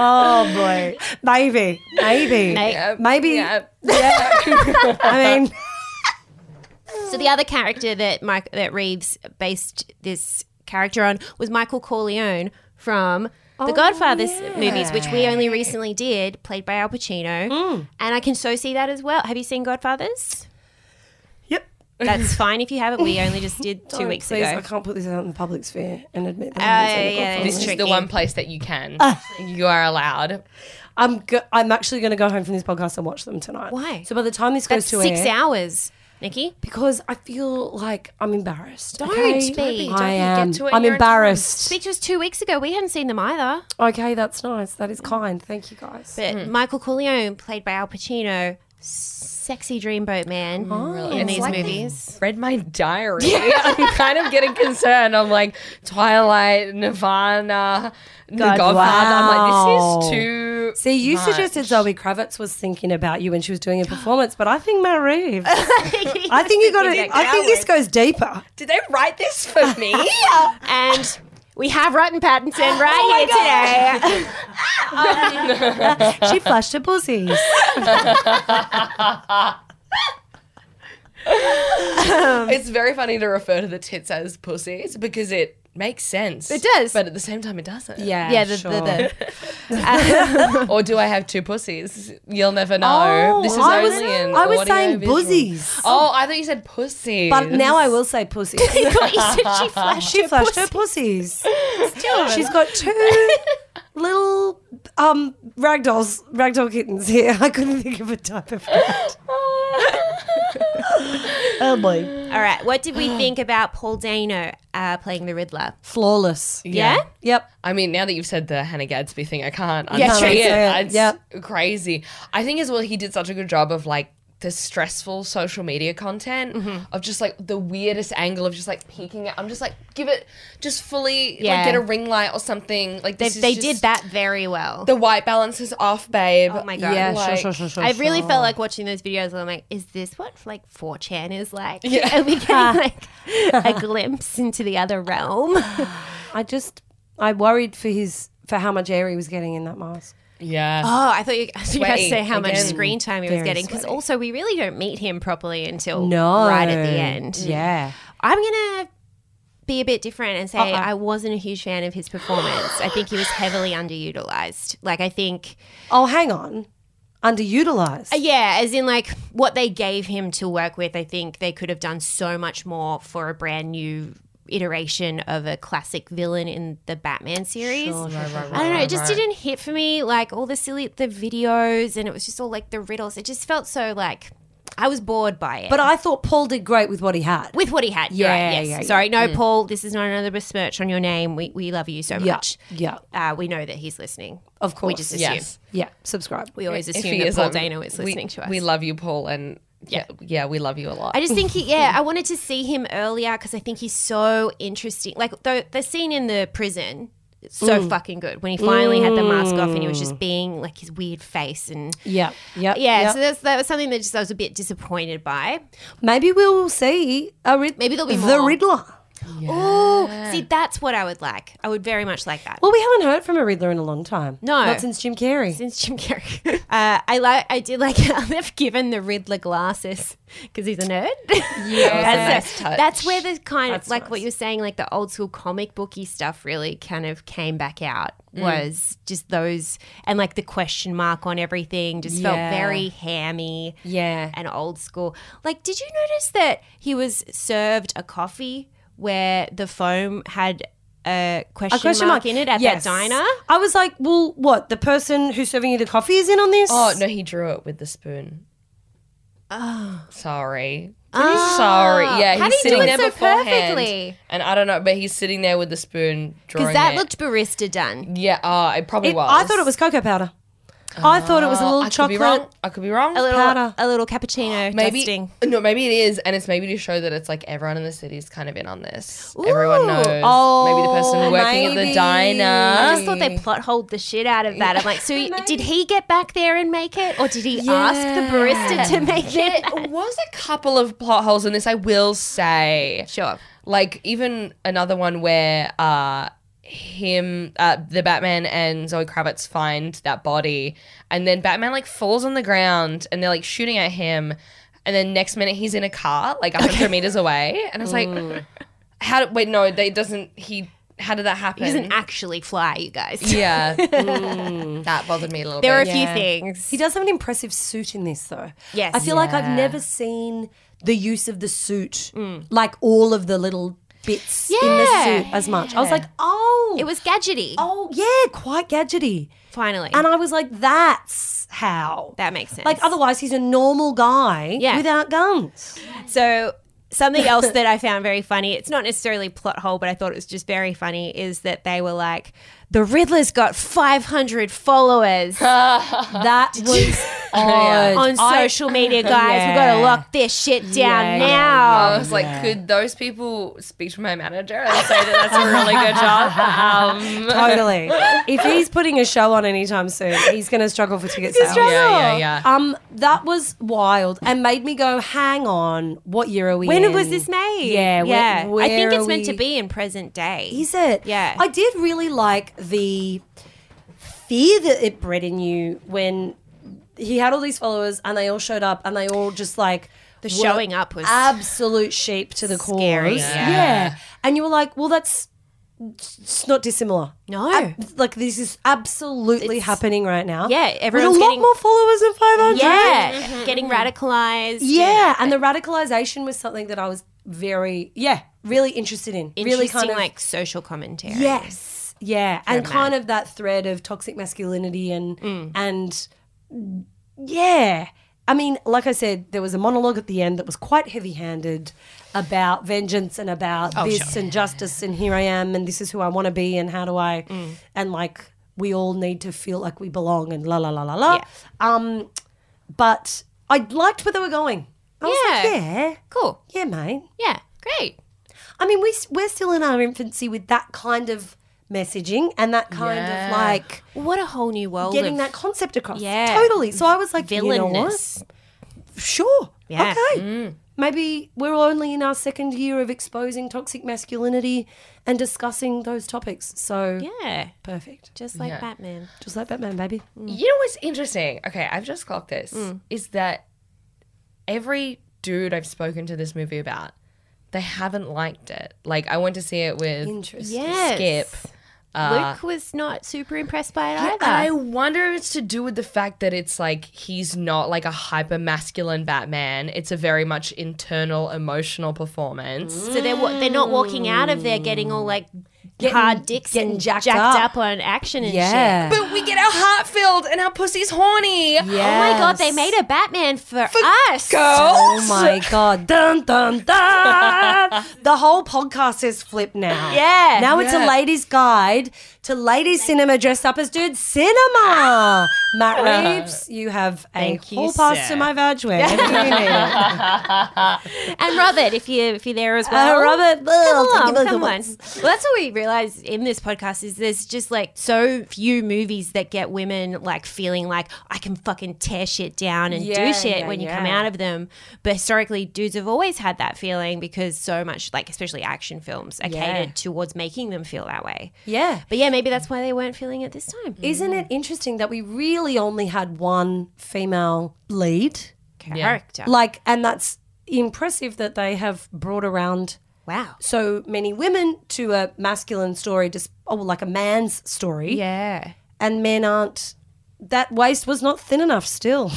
Speaker 3: oh, boy. Maybe. Maybe.
Speaker 1: May-
Speaker 3: Maybe.
Speaker 2: yeah.
Speaker 3: <laughs> I mean,
Speaker 1: So the other character that Mike that Reeves based this character on was Michael Corleone from the
Speaker 3: Oh,
Speaker 1: Godfather's movies, which we only recently did, played
Speaker 3: Hmm.
Speaker 1: by Al Pacino. And I can so see that as well. Have you seen Godfathers?
Speaker 3: yep. <laughs>
Speaker 1: That's fine if you haven't. We only just did 2
Speaker 3: Don't,
Speaker 1: weeks
Speaker 3: Oh, please,
Speaker 1: ago.
Speaker 3: I can't put this out in the public sphere and admit that.
Speaker 1: Uh,
Speaker 3: I haven't said it
Speaker 1: yeah,
Speaker 3: before.
Speaker 1: it's
Speaker 2: This is
Speaker 1: tricky. Uh.
Speaker 2: the one place that you can. you are allowed.
Speaker 3: I'm go- I'm actually going to go home from this podcast and watch them tonight.
Speaker 1: Why?
Speaker 3: So by the time this
Speaker 1: That's
Speaker 3: goes to
Speaker 1: six
Speaker 3: air,
Speaker 1: hours, Nikki.
Speaker 3: because I feel like I'm embarrassed. Don't okay?
Speaker 1: be. Don't be.
Speaker 3: I
Speaker 2: Get
Speaker 3: am.
Speaker 2: to it in
Speaker 3: I'm
Speaker 2: your own time.
Speaker 3: embarrassed.
Speaker 1: Speak to us two weeks ago. We hadn't seen them either.
Speaker 3: Okay, that's nice. That is kind. Thank you guys.
Speaker 1: But Michael Corleone, played by Al Pacino, sexy dreamboat man
Speaker 3: Oh,
Speaker 1: in
Speaker 2: It's
Speaker 1: these
Speaker 2: like
Speaker 1: movies.
Speaker 2: Read my diary. <laughs> I'm kind of getting concerned. I'm like Twilight, Nirvana, The Godfather. I'm like, this is
Speaker 3: wow.
Speaker 2: too.
Speaker 3: See, you
Speaker 2: much.
Speaker 3: suggested Zoe Kravitz was thinking about you when she was doing a performance, but I think Matt Reeves. I think you got to. I think this goes deeper.
Speaker 2: Did they write this for
Speaker 1: <laughs>
Speaker 2: me?
Speaker 1: And we have Rotten Pattinson right here today.
Speaker 3: She flashed her pussies.
Speaker 1: Um,
Speaker 2: it's very funny to refer to the tits as pussies because it makes sense. It
Speaker 1: does.
Speaker 2: But at the same time, it doesn't.
Speaker 3: Yeah,
Speaker 1: Yeah, the,
Speaker 3: sure.
Speaker 1: the, the,
Speaker 2: or do I have two pussies? You'll never know. this is
Speaker 3: Oh, I was,
Speaker 2: only an
Speaker 3: I was
Speaker 2: audio
Speaker 3: saying
Speaker 2: visual.
Speaker 3: buzzies,
Speaker 2: Oh, I thought you said pussy.
Speaker 3: but now I will say pussies.
Speaker 1: you <laughs> said she flashed
Speaker 3: She
Speaker 1: her
Speaker 3: flashed
Speaker 1: pussy.
Speaker 3: her pussies. She's got
Speaker 1: <laughs>
Speaker 3: two little um, ragdolls, ragdoll kittens here. I couldn't think of a type of
Speaker 1: <laughs>
Speaker 3: cat. oh boy,
Speaker 1: All right, what did we think about Paul Dano uh, playing the Riddler?
Speaker 3: flawless.
Speaker 1: Yeah?
Speaker 3: Yep.
Speaker 2: I mean, now that you've said the Hannah Gadsby thing, I can't unsee
Speaker 3: true.
Speaker 2: it.
Speaker 3: Yeah,
Speaker 2: It's
Speaker 3: yeah.
Speaker 2: crazy. I think as well, he did such a good job of like the stressful social media content
Speaker 3: Mm-hmm.
Speaker 2: of just like the weirdest angle of just like peeking out. I'm just like, give it just fully,
Speaker 1: Yeah.
Speaker 2: like get a ring light or something. Like
Speaker 1: They,
Speaker 2: this is
Speaker 1: they
Speaker 2: just-
Speaker 1: did that very well.
Speaker 2: The white balance is off, babe. Oh
Speaker 1: my God.
Speaker 3: Yeah,
Speaker 2: Like-
Speaker 3: sure, sure, sure, sure.
Speaker 1: I really
Speaker 3: sure.
Speaker 1: felt like watching those videos. and I'm like, is this what like 4chan is like? Yeah. <laughs> Are we getting like a glimpse into the other <laughs> realm?
Speaker 3: I just I worried for his for how much air he was getting in that mask.
Speaker 2: Yeah.
Speaker 1: Oh, I thought you, I thought you were going to
Speaker 2: Sweaty
Speaker 1: say how much
Speaker 2: again.
Speaker 1: screen time he was
Speaker 3: Very
Speaker 1: getting because
Speaker 3: sweaty.
Speaker 1: also we really don't meet him properly until right at the end.
Speaker 3: Yeah.
Speaker 1: I'm gonna be a bit different and say I wasn't a huge fan of his performance. I think he was heavily underutilized. Like I think,
Speaker 3: Oh, hang on. Underutilized.
Speaker 1: yeah, as in like what they gave him to work with. I think they could have done so much more for a brand new iteration of a classic villain in the Batman series. I don't know. It just didn't hit for me. Like all the silly the videos, and it was just all like the riddles. It just felt so like I was bored by it.
Speaker 3: But I thought Paul did great with what he had.
Speaker 1: with what he had, yeah,
Speaker 3: Yeah,
Speaker 1: yes.
Speaker 3: yeah, yeah.
Speaker 1: Sorry, no, Paul. This is not another besmirch on your name. We we love you so
Speaker 3: yeah.
Speaker 1: much.
Speaker 3: Yeah.
Speaker 1: Uh, we know that he's listening.
Speaker 3: Of course.
Speaker 1: We just assume.
Speaker 2: yes.
Speaker 3: Yeah. Subscribe.
Speaker 1: We always
Speaker 2: If
Speaker 1: assume
Speaker 2: he
Speaker 1: that
Speaker 2: is,
Speaker 1: Paul
Speaker 2: um,
Speaker 1: Dano is
Speaker 2: we-
Speaker 1: listening to us.
Speaker 2: We love you, Paul, and yeah, yeah, we love you a lot.
Speaker 1: I just think
Speaker 3: <laughs>
Speaker 1: he, yeah, I wanted to see him earlier because I think he's so interesting. Like the the scene in the prison, is so
Speaker 3: Mm.
Speaker 1: fucking good when he finally had the mask off and he was just being like his weird face and
Speaker 3: Yeah. Yeah.
Speaker 1: yeah. So that's, that was something that just I was a bit disappointed by.
Speaker 3: Maybe we'll see a rid-
Speaker 1: Maybe there'll be
Speaker 3: the
Speaker 1: more.
Speaker 3: Riddler.
Speaker 1: Oh, see, that's what I would like. I would very much like that.
Speaker 3: Well, we haven't heard from a Riddler in a long time.
Speaker 1: No.
Speaker 3: Not since Jim Carrey.
Speaker 1: since Jim Carrey. <laughs> Uh, I like. I did like <laughs> how they've given the Riddler glasses because he's a nerd. <laughs> Yeah, that's,
Speaker 2: nice touch.
Speaker 1: that's where the kind of like what you're saying, like the old school comic booky stuff, really kind of came back out. Was just those and like the question mark on everything just
Speaker 3: Yeah.
Speaker 1: felt very hammy
Speaker 3: yeah.
Speaker 1: and old school. Like, did you notice that he was served a coffee where the foam had a question, mark, in it at
Speaker 3: Yes.
Speaker 1: that diner?
Speaker 3: I was like, well, what? The person who's serving you the coffee is in on this?
Speaker 2: oh no, he drew it with the spoon. Oh, sorry. sorry. Yeah,
Speaker 1: Ah. How do
Speaker 2: he's
Speaker 1: you do
Speaker 2: sitting
Speaker 1: it
Speaker 2: there
Speaker 1: so
Speaker 2: beforehand,
Speaker 1: perfectly?
Speaker 2: and I don't know, but he's sitting there with the spoon drawing.
Speaker 1: Because that
Speaker 2: it.
Speaker 1: looked barista done.
Speaker 2: Yeah, oh, it probably
Speaker 3: It-
Speaker 2: was.
Speaker 3: I thought it was cocoa powder. I thought it was a
Speaker 2: Oh,
Speaker 3: little
Speaker 2: I
Speaker 3: chocolate.
Speaker 2: Could be wrong. I could be wrong.
Speaker 1: A little,
Speaker 3: Powder.
Speaker 1: a little cappuccino <gasps>
Speaker 2: maybe
Speaker 1: dusting.
Speaker 2: no, maybe it is, and it's maybe to show that it's like everyone in the city is kind of in on this. Everyone knows. maybe the person working at
Speaker 3: maybe.
Speaker 2: the diner.
Speaker 1: Oh, I just thought
Speaker 3: Mm.
Speaker 1: they plot holed the shit out of that. I'm
Speaker 3: <laughs>
Speaker 1: like, so did he get back there and make it, or did he ask the barista to make
Speaker 3: <laughs>
Speaker 1: it?
Speaker 2: There was a couple of plot holes in this, I will say.
Speaker 1: Sure.
Speaker 2: Like even another one where uh him uh the Batman and Zoe Kravitz find that body and then Batman like falls on the ground and they're like shooting at him and then next minute he's in a car like 100 meters away and I was like how wait no they doesn't he how did that happen
Speaker 1: He doesn't actually fly, you guys.
Speaker 2: yeah Mm. that bothered me a
Speaker 1: <laughs>
Speaker 2: little
Speaker 1: There were a
Speaker 2: bit
Speaker 1: few things.
Speaker 3: He does have an impressive suit in this, though.
Speaker 1: Yes.
Speaker 3: I feel like I've never seen the use of the suit, like all of the little bits in the
Speaker 1: Mm. Yeah.
Speaker 3: suit as much. I was like, oh,
Speaker 1: It was gadgety.
Speaker 3: oh yeah, quite gadgety.
Speaker 1: Finally.
Speaker 3: And I was like, that's how.
Speaker 1: that makes sense.
Speaker 3: like otherwise he's a normal guy
Speaker 1: Yeah.
Speaker 3: without
Speaker 1: <laughs>
Speaker 3: guns.
Speaker 1: So something else that I found very funny, it's not necessarily plot hole, but I thought it was just very funny, is that they were like, the Riddler's got 500 followers
Speaker 3: That
Speaker 1: <laughs>
Speaker 3: was odd.
Speaker 1: on social media,
Speaker 3: <laughs>
Speaker 1: guys. We've got to lock this shit down now.
Speaker 2: I was like, could those people speak to my manager and say that that's a
Speaker 1: <laughs>
Speaker 2: really good job? Um,
Speaker 3: Totally. if he's putting a show on anytime soon, he's going to struggle for ticket sales.
Speaker 2: yeah, yeah, yeah.
Speaker 3: Um, that was wild and made me go, hang on, what year are we
Speaker 1: When
Speaker 3: in?
Speaker 1: was this made?
Speaker 3: Yeah, where-
Speaker 1: yeah. I
Speaker 3: where
Speaker 1: think it's
Speaker 3: are
Speaker 1: meant to
Speaker 3: we?
Speaker 1: be in present day.
Speaker 3: Is it?
Speaker 1: Yeah.
Speaker 3: I did really like the fear that it bred in you when he had all these followers and they all showed up and they all just like
Speaker 1: the
Speaker 3: were
Speaker 1: showing up was
Speaker 3: absolute sheep to the
Speaker 1: Scary.
Speaker 3: cause.
Speaker 1: Yeah.
Speaker 3: And you were like, well, that's it's not dissimilar.
Speaker 1: no.
Speaker 3: Ab- like this is absolutely happening right now.
Speaker 1: Yeah,
Speaker 3: with
Speaker 1: everyone's
Speaker 3: a lot
Speaker 1: getting-
Speaker 3: more followers than five hundred.
Speaker 1: yeah, Mm-hmm, getting radicalized.
Speaker 3: mm-hmm. yeah, and the radicalization was something that I was very yeah really interested in.
Speaker 1: Interesting,
Speaker 3: really kind of
Speaker 1: like social commentary.
Speaker 3: yes, yeah, and kind of that thread of toxic masculinity and and yeah. I mean, like I said, there was a monologue at the end that was quite heavy-handed about vengeance and about this and justice and here I am and this is who I want to be and how do I and like we all need to feel like we belong and la la la la la. Um, but I liked where they were going. I was like,
Speaker 1: Yeah.
Speaker 3: yeah,
Speaker 1: Cool.
Speaker 3: yeah, mate.
Speaker 1: Yeah. Great.
Speaker 3: I mean, we s- we're still in our infancy with that kind of messaging and that kind of like
Speaker 1: What a whole new world.
Speaker 3: getting
Speaker 1: of
Speaker 3: that concept across.
Speaker 1: Yeah.
Speaker 3: totally. So I was like, you know what?
Speaker 1: villainous.
Speaker 3: Sure.
Speaker 1: Yeah. Mm.
Speaker 3: Okay. Maybe we're only in our second year of exposing toxic masculinity and discussing those topics. So
Speaker 1: yeah.
Speaker 3: perfect.
Speaker 1: Just like Batman.
Speaker 3: Just like Batman, baby.
Speaker 2: You know what's interesting? Okay, I've just clocked this.
Speaker 3: Mm.
Speaker 2: Is that every dude I've spoken to this movie about, they haven't liked it. Like I went to see it with
Speaker 3: Interesting.
Speaker 1: Yes.
Speaker 2: Skip. Uh,
Speaker 1: Luke was not super impressed by it
Speaker 2: Yeah,
Speaker 1: either.
Speaker 2: I wonder if it's to do with the fact that it's like he's not like a hyper masculine Batman. It's a very much internal emotional performance.
Speaker 3: Mm.
Speaker 1: so they're wa- they're not walking out of there getting all like hard dicks
Speaker 3: getting
Speaker 1: and
Speaker 3: jacked
Speaker 1: jacked,
Speaker 3: up.
Speaker 1: up. on action and
Speaker 3: Yeah.
Speaker 1: shit.
Speaker 2: But we get our heart filled and our pussy's horny.
Speaker 1: Oh my god, they made a Batman for, us.
Speaker 3: Oh my god. <laughs> Dun dun dun. the whole podcast is flipped now.
Speaker 1: Yeah.
Speaker 3: Now it's a ladies' guide to ladies' cinema dressed up as
Speaker 1: <laughs>
Speaker 3: dude cinema. Matt Reeves, you have a hall pass to my vouch wherever you
Speaker 1: <laughs>
Speaker 3: Uh, need it.
Speaker 1: And Robert, if you if you're there as well.
Speaker 3: Uh, Robert,
Speaker 1: Come
Speaker 3: ugh, take
Speaker 1: along,
Speaker 3: it
Speaker 1: come on.
Speaker 3: over.
Speaker 1: Well, that's what we realize in this podcast is there's just like so few movies that get women like feeling like I can fucking tear shit down and
Speaker 3: Yeah,
Speaker 1: do shit
Speaker 3: yeah,
Speaker 1: when you
Speaker 3: yeah.
Speaker 1: come out of them. But historically, dudes have always had that feeling because so much like especially action films are
Speaker 3: Yeah.
Speaker 1: catered towards making them feel that way.
Speaker 3: Yeah.
Speaker 1: But yeah, maybe that's why they weren't feeling it this time.
Speaker 3: Isn't it interesting that we really only had one female lead?
Speaker 1: Character.
Speaker 3: Like, and that's impressive that they have brought around
Speaker 1: Wow.
Speaker 3: so many women to a masculine story, just oh, like a man's story.
Speaker 1: Yeah.
Speaker 3: And men aren't. That waist was not thin enough. Still,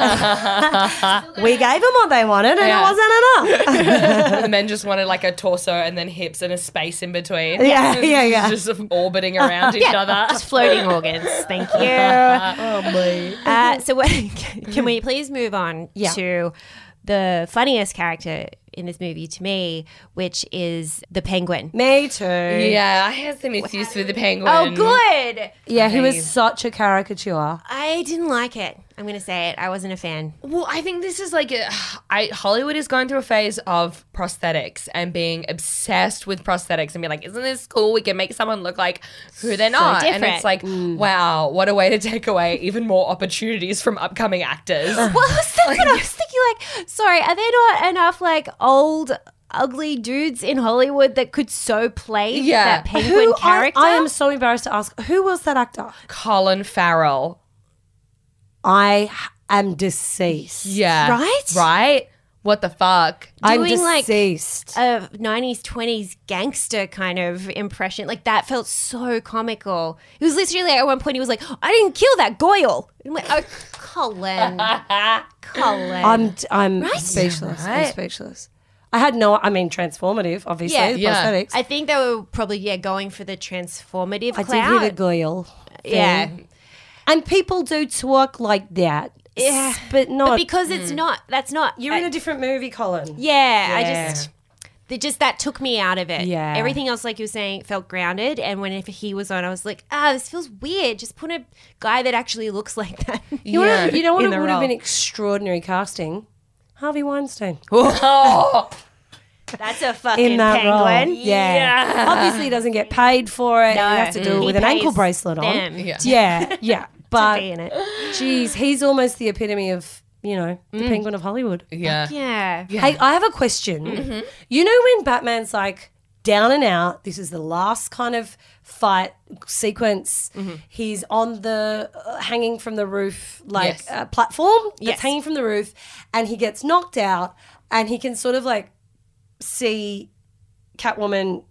Speaker 3: <laughs> So- we gave them what they wanted, and
Speaker 2: Yeah.
Speaker 3: it wasn't <laughs>
Speaker 2: <laughs>
Speaker 3: enough.
Speaker 2: the men just wanted like a torso and then hips and a space in between.
Speaker 3: Yeah, yeah, yeah.
Speaker 2: just orbiting
Speaker 1: <laughs>
Speaker 2: around each
Speaker 3: <laughs>
Speaker 2: other.
Speaker 1: Just floating organs. Thank you. oh <laughs> Uh, so, what, can we please move on to the funniest character in this movie to me, which is the penguin?
Speaker 3: Me too. Yeah,
Speaker 2: Yeah, I had some issues with the penguin.
Speaker 1: Oh, good.
Speaker 3: he was such a caricature.
Speaker 1: I didn't like it. I'm going to say it. I wasn't a fan.
Speaker 2: Well, I think this is like a, <sighs> I, Hollywood is going through a phase of prosthetics and being obsessed with prosthetics and being like, isn't this cool? We can make someone look like who they're not. And
Speaker 1: different. Mm.
Speaker 2: it's like, wow, what a way to take away even more opportunities from upcoming actors.
Speaker 1: Well, that's what I was thinking. Like, sorry, are there not enough like old? Ugly dudes in Hollywood that could so play
Speaker 2: Yeah.
Speaker 1: that penguin
Speaker 3: Who I-
Speaker 1: character.
Speaker 3: I am so embarrassed to ask. Who was that actor?
Speaker 2: <laughs> Colin Farrell.
Speaker 3: I h- am deceased.
Speaker 2: Yeah.
Speaker 1: Right?
Speaker 2: Right? What the fuck?
Speaker 3: I'm
Speaker 1: doing, like,
Speaker 3: deceased.
Speaker 1: a 90s 20s gangster kind of impression like that felt so comical it was literally like, at one point he was like i didn't kill that goyle and I'm like, oh, Colin. Colin.
Speaker 3: I'm I'm speechless. I'm speechless. I had no. I mean, transformative, obviously.
Speaker 1: Yeah.
Speaker 3: the
Speaker 1: Yeah.
Speaker 3: prosthetics.
Speaker 1: I think they were probably yeah going for the transformative
Speaker 3: I
Speaker 1: clout.
Speaker 3: did hear the Goyle. thing.
Speaker 1: yeah.
Speaker 3: And people do twerk like that.
Speaker 1: Yeah.
Speaker 3: S- But not.
Speaker 1: But because it's not that's not
Speaker 3: you're in a different movie, Colin.
Speaker 1: yeah, I
Speaker 3: Yeah.
Speaker 1: just they just that took me out of it.
Speaker 3: Yeah.
Speaker 1: Everything else, like you were saying, felt grounded. And when if he was on, I was like, ah, this feels weird. Just put a guy that actually looks like that. <laughs>
Speaker 3: You, wanna- you know what?
Speaker 1: In
Speaker 3: It
Speaker 1: the
Speaker 3: would have
Speaker 1: role.
Speaker 3: been extraordinary casting. Harvey Weinstein
Speaker 1: That's a fucking
Speaker 3: in that
Speaker 1: penguin.
Speaker 3: role. Yeah.
Speaker 1: <laughs>
Speaker 3: Obviously, he doesn't get paid for it. Ah. he has to do it
Speaker 1: He
Speaker 3: with an ankle
Speaker 1: pays
Speaker 3: bracelet on.
Speaker 1: them
Speaker 2: Yeah.
Speaker 3: Yeah, <laughs> yeah.
Speaker 1: to
Speaker 3: But
Speaker 1: be in it.
Speaker 3: Jeez, he's almost the epitome of, you know, the penguin of Hollywood.
Speaker 2: Yeah.
Speaker 1: <gasps> Yeah. Mm-hmm.
Speaker 3: Hey, I have a question. You know when Batman's like down and out, this is the last kind of fight sequence.
Speaker 1: Mm-hmm.
Speaker 3: He's on the uh, hanging from the roof like
Speaker 2: Yes.
Speaker 3: uh, platform that's
Speaker 1: Yes.
Speaker 3: hanging from the roof and he gets knocked out and he can sort of like see Catwoman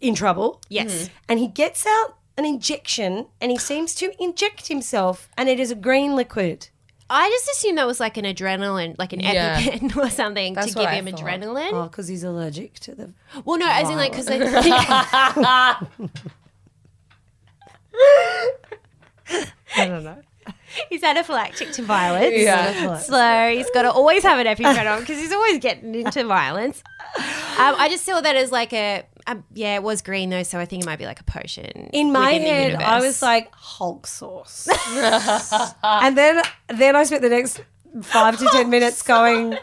Speaker 3: in trouble. Mm-hmm.
Speaker 1: Yes.
Speaker 3: And he gets out an injection and he seems to inject himself and it is a green liquid.
Speaker 1: I just assumed that was like an adrenaline, like an
Speaker 2: Yeah.
Speaker 1: EpiPen <laughs> or something
Speaker 2: That's
Speaker 1: to give
Speaker 2: what I
Speaker 1: him
Speaker 2: thought.
Speaker 1: adrenaline.
Speaker 3: Oh, because he's allergic to the.
Speaker 1: Well, no, as in like
Speaker 2: <laughs>
Speaker 1: because I think
Speaker 3: I don't know.
Speaker 1: he's anaphylactic to violence.
Speaker 2: Yeah.
Speaker 1: So he's got to always have an EpiPen on because he's always getting into violence. Um, I just saw that as like a, um, yeah, it was green though, so I think it might be like a potion.
Speaker 3: In my
Speaker 1: within the
Speaker 3: head, I
Speaker 1: universe.
Speaker 3: was like Hulk sauce, <laughs> and then then I spent the next five to ten minutes going,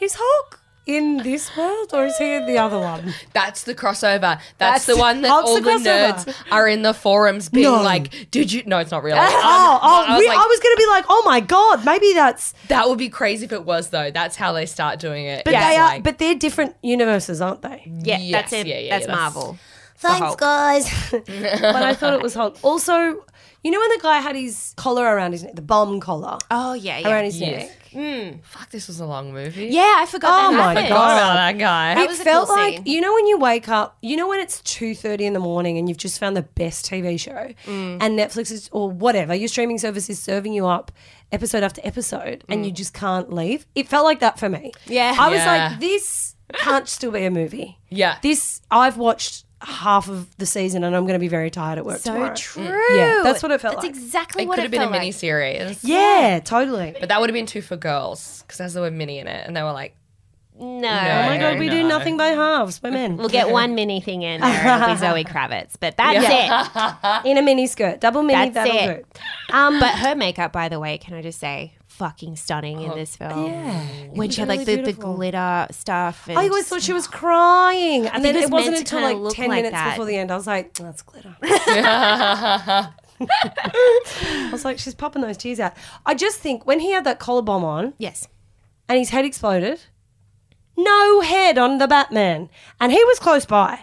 Speaker 3: "Is Hulk in this world or is he in the other one?"
Speaker 2: That's the crossover. That's,
Speaker 3: That's-
Speaker 2: the one that
Speaker 3: Hulk's
Speaker 2: all
Speaker 3: the
Speaker 2: the
Speaker 3: crossover.
Speaker 2: nerds are in the forums being
Speaker 3: No.
Speaker 2: like, "Did you?" No, it's not real. Um,
Speaker 3: <laughs> oh, oh,
Speaker 2: I was
Speaker 3: we-
Speaker 2: like-
Speaker 3: I was gonna be like, "Oh my god, maybe that's."
Speaker 2: that would be crazy if it was though. That's how they start doing it.
Speaker 3: But
Speaker 2: It's
Speaker 3: they are,
Speaker 2: like-
Speaker 3: but they're different universes, aren't they?
Speaker 1: yeah,
Speaker 2: Yes,
Speaker 1: that's it.
Speaker 2: yeah, yeah,
Speaker 1: that's
Speaker 2: yeah, that's-
Speaker 1: Marvel.
Speaker 3: Thanks, <laughs> guys. but I thought it was Hulk. Also, you know when the guy had his collar around his neck, the bomb collar
Speaker 1: Oh yeah, yeah,
Speaker 3: around his
Speaker 2: Yes.
Speaker 3: neck.
Speaker 2: fuck, this was a long movie.
Speaker 1: yeah. I forgot.
Speaker 3: Oh
Speaker 1: that
Speaker 3: my
Speaker 1: happened.
Speaker 3: God.
Speaker 2: Forgot about that guy.
Speaker 1: That
Speaker 3: it
Speaker 1: was a
Speaker 3: felt
Speaker 1: cool
Speaker 3: like
Speaker 1: scene.
Speaker 3: you know when you wake up you know when it's 2.30 in the morning and you've just found the best tv show
Speaker 1: Mm.
Speaker 3: and netflix is or whatever your streaming service is serving you up episode after episode and you just can't leave it felt like that for me
Speaker 1: Mm. Yeah.
Speaker 3: i was
Speaker 2: Yeah.
Speaker 3: like this can't still be a movie
Speaker 2: Yeah.
Speaker 3: this i've watched half of the season and i'm going to be very tired at work
Speaker 1: So
Speaker 3: tomorrow
Speaker 1: true.
Speaker 3: Yeah, that's what it felt
Speaker 1: That's
Speaker 3: like.
Speaker 1: exactly
Speaker 2: it
Speaker 1: what
Speaker 2: could
Speaker 1: it
Speaker 2: have been a
Speaker 1: felt
Speaker 2: mini
Speaker 1: like.
Speaker 2: series.
Speaker 3: yeah totally
Speaker 2: But that would have been too for girls because there's the word mini in it, and they were like,
Speaker 1: No.
Speaker 3: oh my god we do
Speaker 2: No.
Speaker 3: nothing by halves by men
Speaker 1: We'll get one mini thing in there. and It'll be <laughs> Zoe Kravitz, but that's <laughs> it.
Speaker 3: in a mini skirt double mini
Speaker 1: That's
Speaker 3: that'll
Speaker 1: it.
Speaker 3: do
Speaker 1: Um, but her makeup, by the way, can I just say, fucking stunning in this film.
Speaker 3: yeah
Speaker 1: When she had like
Speaker 3: was
Speaker 1: the,
Speaker 3: really
Speaker 1: the
Speaker 3: beautiful.
Speaker 1: glitter stuff. And
Speaker 3: I always thought she was crying. And then
Speaker 1: think
Speaker 3: it
Speaker 1: it's meant
Speaker 3: wasn't
Speaker 1: to
Speaker 3: until
Speaker 1: kinda
Speaker 3: like
Speaker 1: look
Speaker 3: 10
Speaker 1: like
Speaker 3: minutes
Speaker 1: that.
Speaker 3: before the end, I was like, "Oh, that's glitter.
Speaker 1: <laughs>
Speaker 3: I was like, she's popping those tears out. I just think when he had that collar bomb on
Speaker 1: yes.
Speaker 3: and his head exploded, no head on the Batman. And he was close by.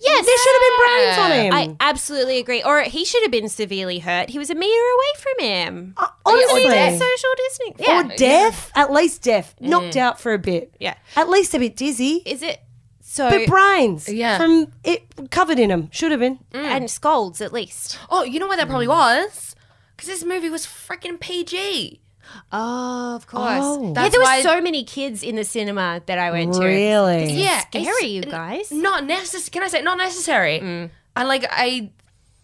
Speaker 1: Yes.
Speaker 3: There should have been brains on
Speaker 1: I
Speaker 3: him.
Speaker 1: absolutely agree. Or he should have been severely hurt. He was a meter away from him.
Speaker 3: Uh, Honestly.
Speaker 1: Social distancing. Yeah. Mm.
Speaker 3: Or deaf, at least deaf, knocked out for a bit.
Speaker 1: Yeah.
Speaker 3: At least a bit dizzy.
Speaker 1: Is it so?
Speaker 3: but brains
Speaker 2: Yeah.
Speaker 3: from it covered in him. Should have been.
Speaker 1: And scolds at least.
Speaker 2: "Oh, you know what that probably
Speaker 3: Hmm.
Speaker 2: was? Because this movie was freaking PG."
Speaker 1: Oh, of course.
Speaker 3: Oh.
Speaker 1: yeah,
Speaker 2: That's
Speaker 1: there were
Speaker 2: why-
Speaker 1: so many kids in the cinema that I went to.
Speaker 3: Really?
Speaker 2: Yeah,
Speaker 1: Scary, you guys.
Speaker 2: Not necessary. Can I say not necessary? And like I,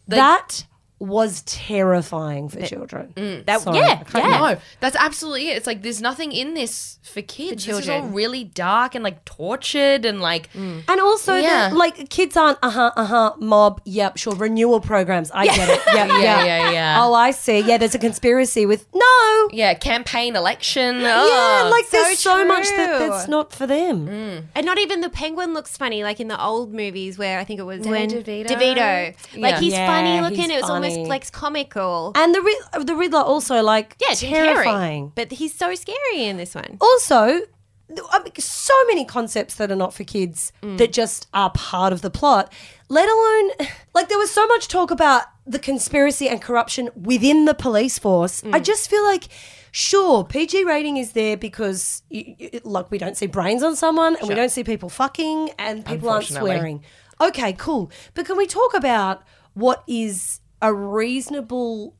Speaker 3: that was terrifying for children.
Speaker 1: That
Speaker 3: Sorry, I
Speaker 1: yeah,
Speaker 3: can't-
Speaker 1: yeah.
Speaker 2: no, that's absolutely it. It's like there's nothing in this for kids. This is all
Speaker 1: children.
Speaker 2: really dark and like tortured and like
Speaker 3: And also,
Speaker 2: Yeah.
Speaker 3: the, like kids aren't uh huh uh huh mob. Yep, sure. Renewal programs. I get it.
Speaker 1: <laughs>
Speaker 3: Yep, yeah,
Speaker 2: yeah, yeah.
Speaker 3: Oh, I see. Yeah, there's a conspiracy with no.
Speaker 2: yeah, campaign election.
Speaker 3: yeah,
Speaker 2: Ugh.
Speaker 3: like there's so much that,
Speaker 1: Oh, true. Mm.
Speaker 3: that's not for them.
Speaker 1: And not even the penguin looks funny, like in the old movies where I think it was when
Speaker 2: DeVito?
Speaker 1: Like
Speaker 2: Yeah.
Speaker 1: he's
Speaker 3: Yeah,
Speaker 1: funny looking.
Speaker 3: he's
Speaker 1: It was
Speaker 3: funny.
Speaker 1: almost like comical.
Speaker 3: And the Rid- the Riddler also like
Speaker 1: yeah, Jim Carrey.
Speaker 3: terrifying. Oh,
Speaker 1: But he's so scary in this one.
Speaker 3: Also, th- I mean, so many concepts that are not for kids that just are part of the plot, let alone, <sighs> like, there was so much talk about the conspiracy and corruption within the police force. I just feel like. Sure, PG rating is there because, y y like, we don't see brains on someone and we don't see people fucking and people aren't
Speaker 2: Unfortunately.
Speaker 3: swearing. Okay, cool. But can we talk about what is a reasonable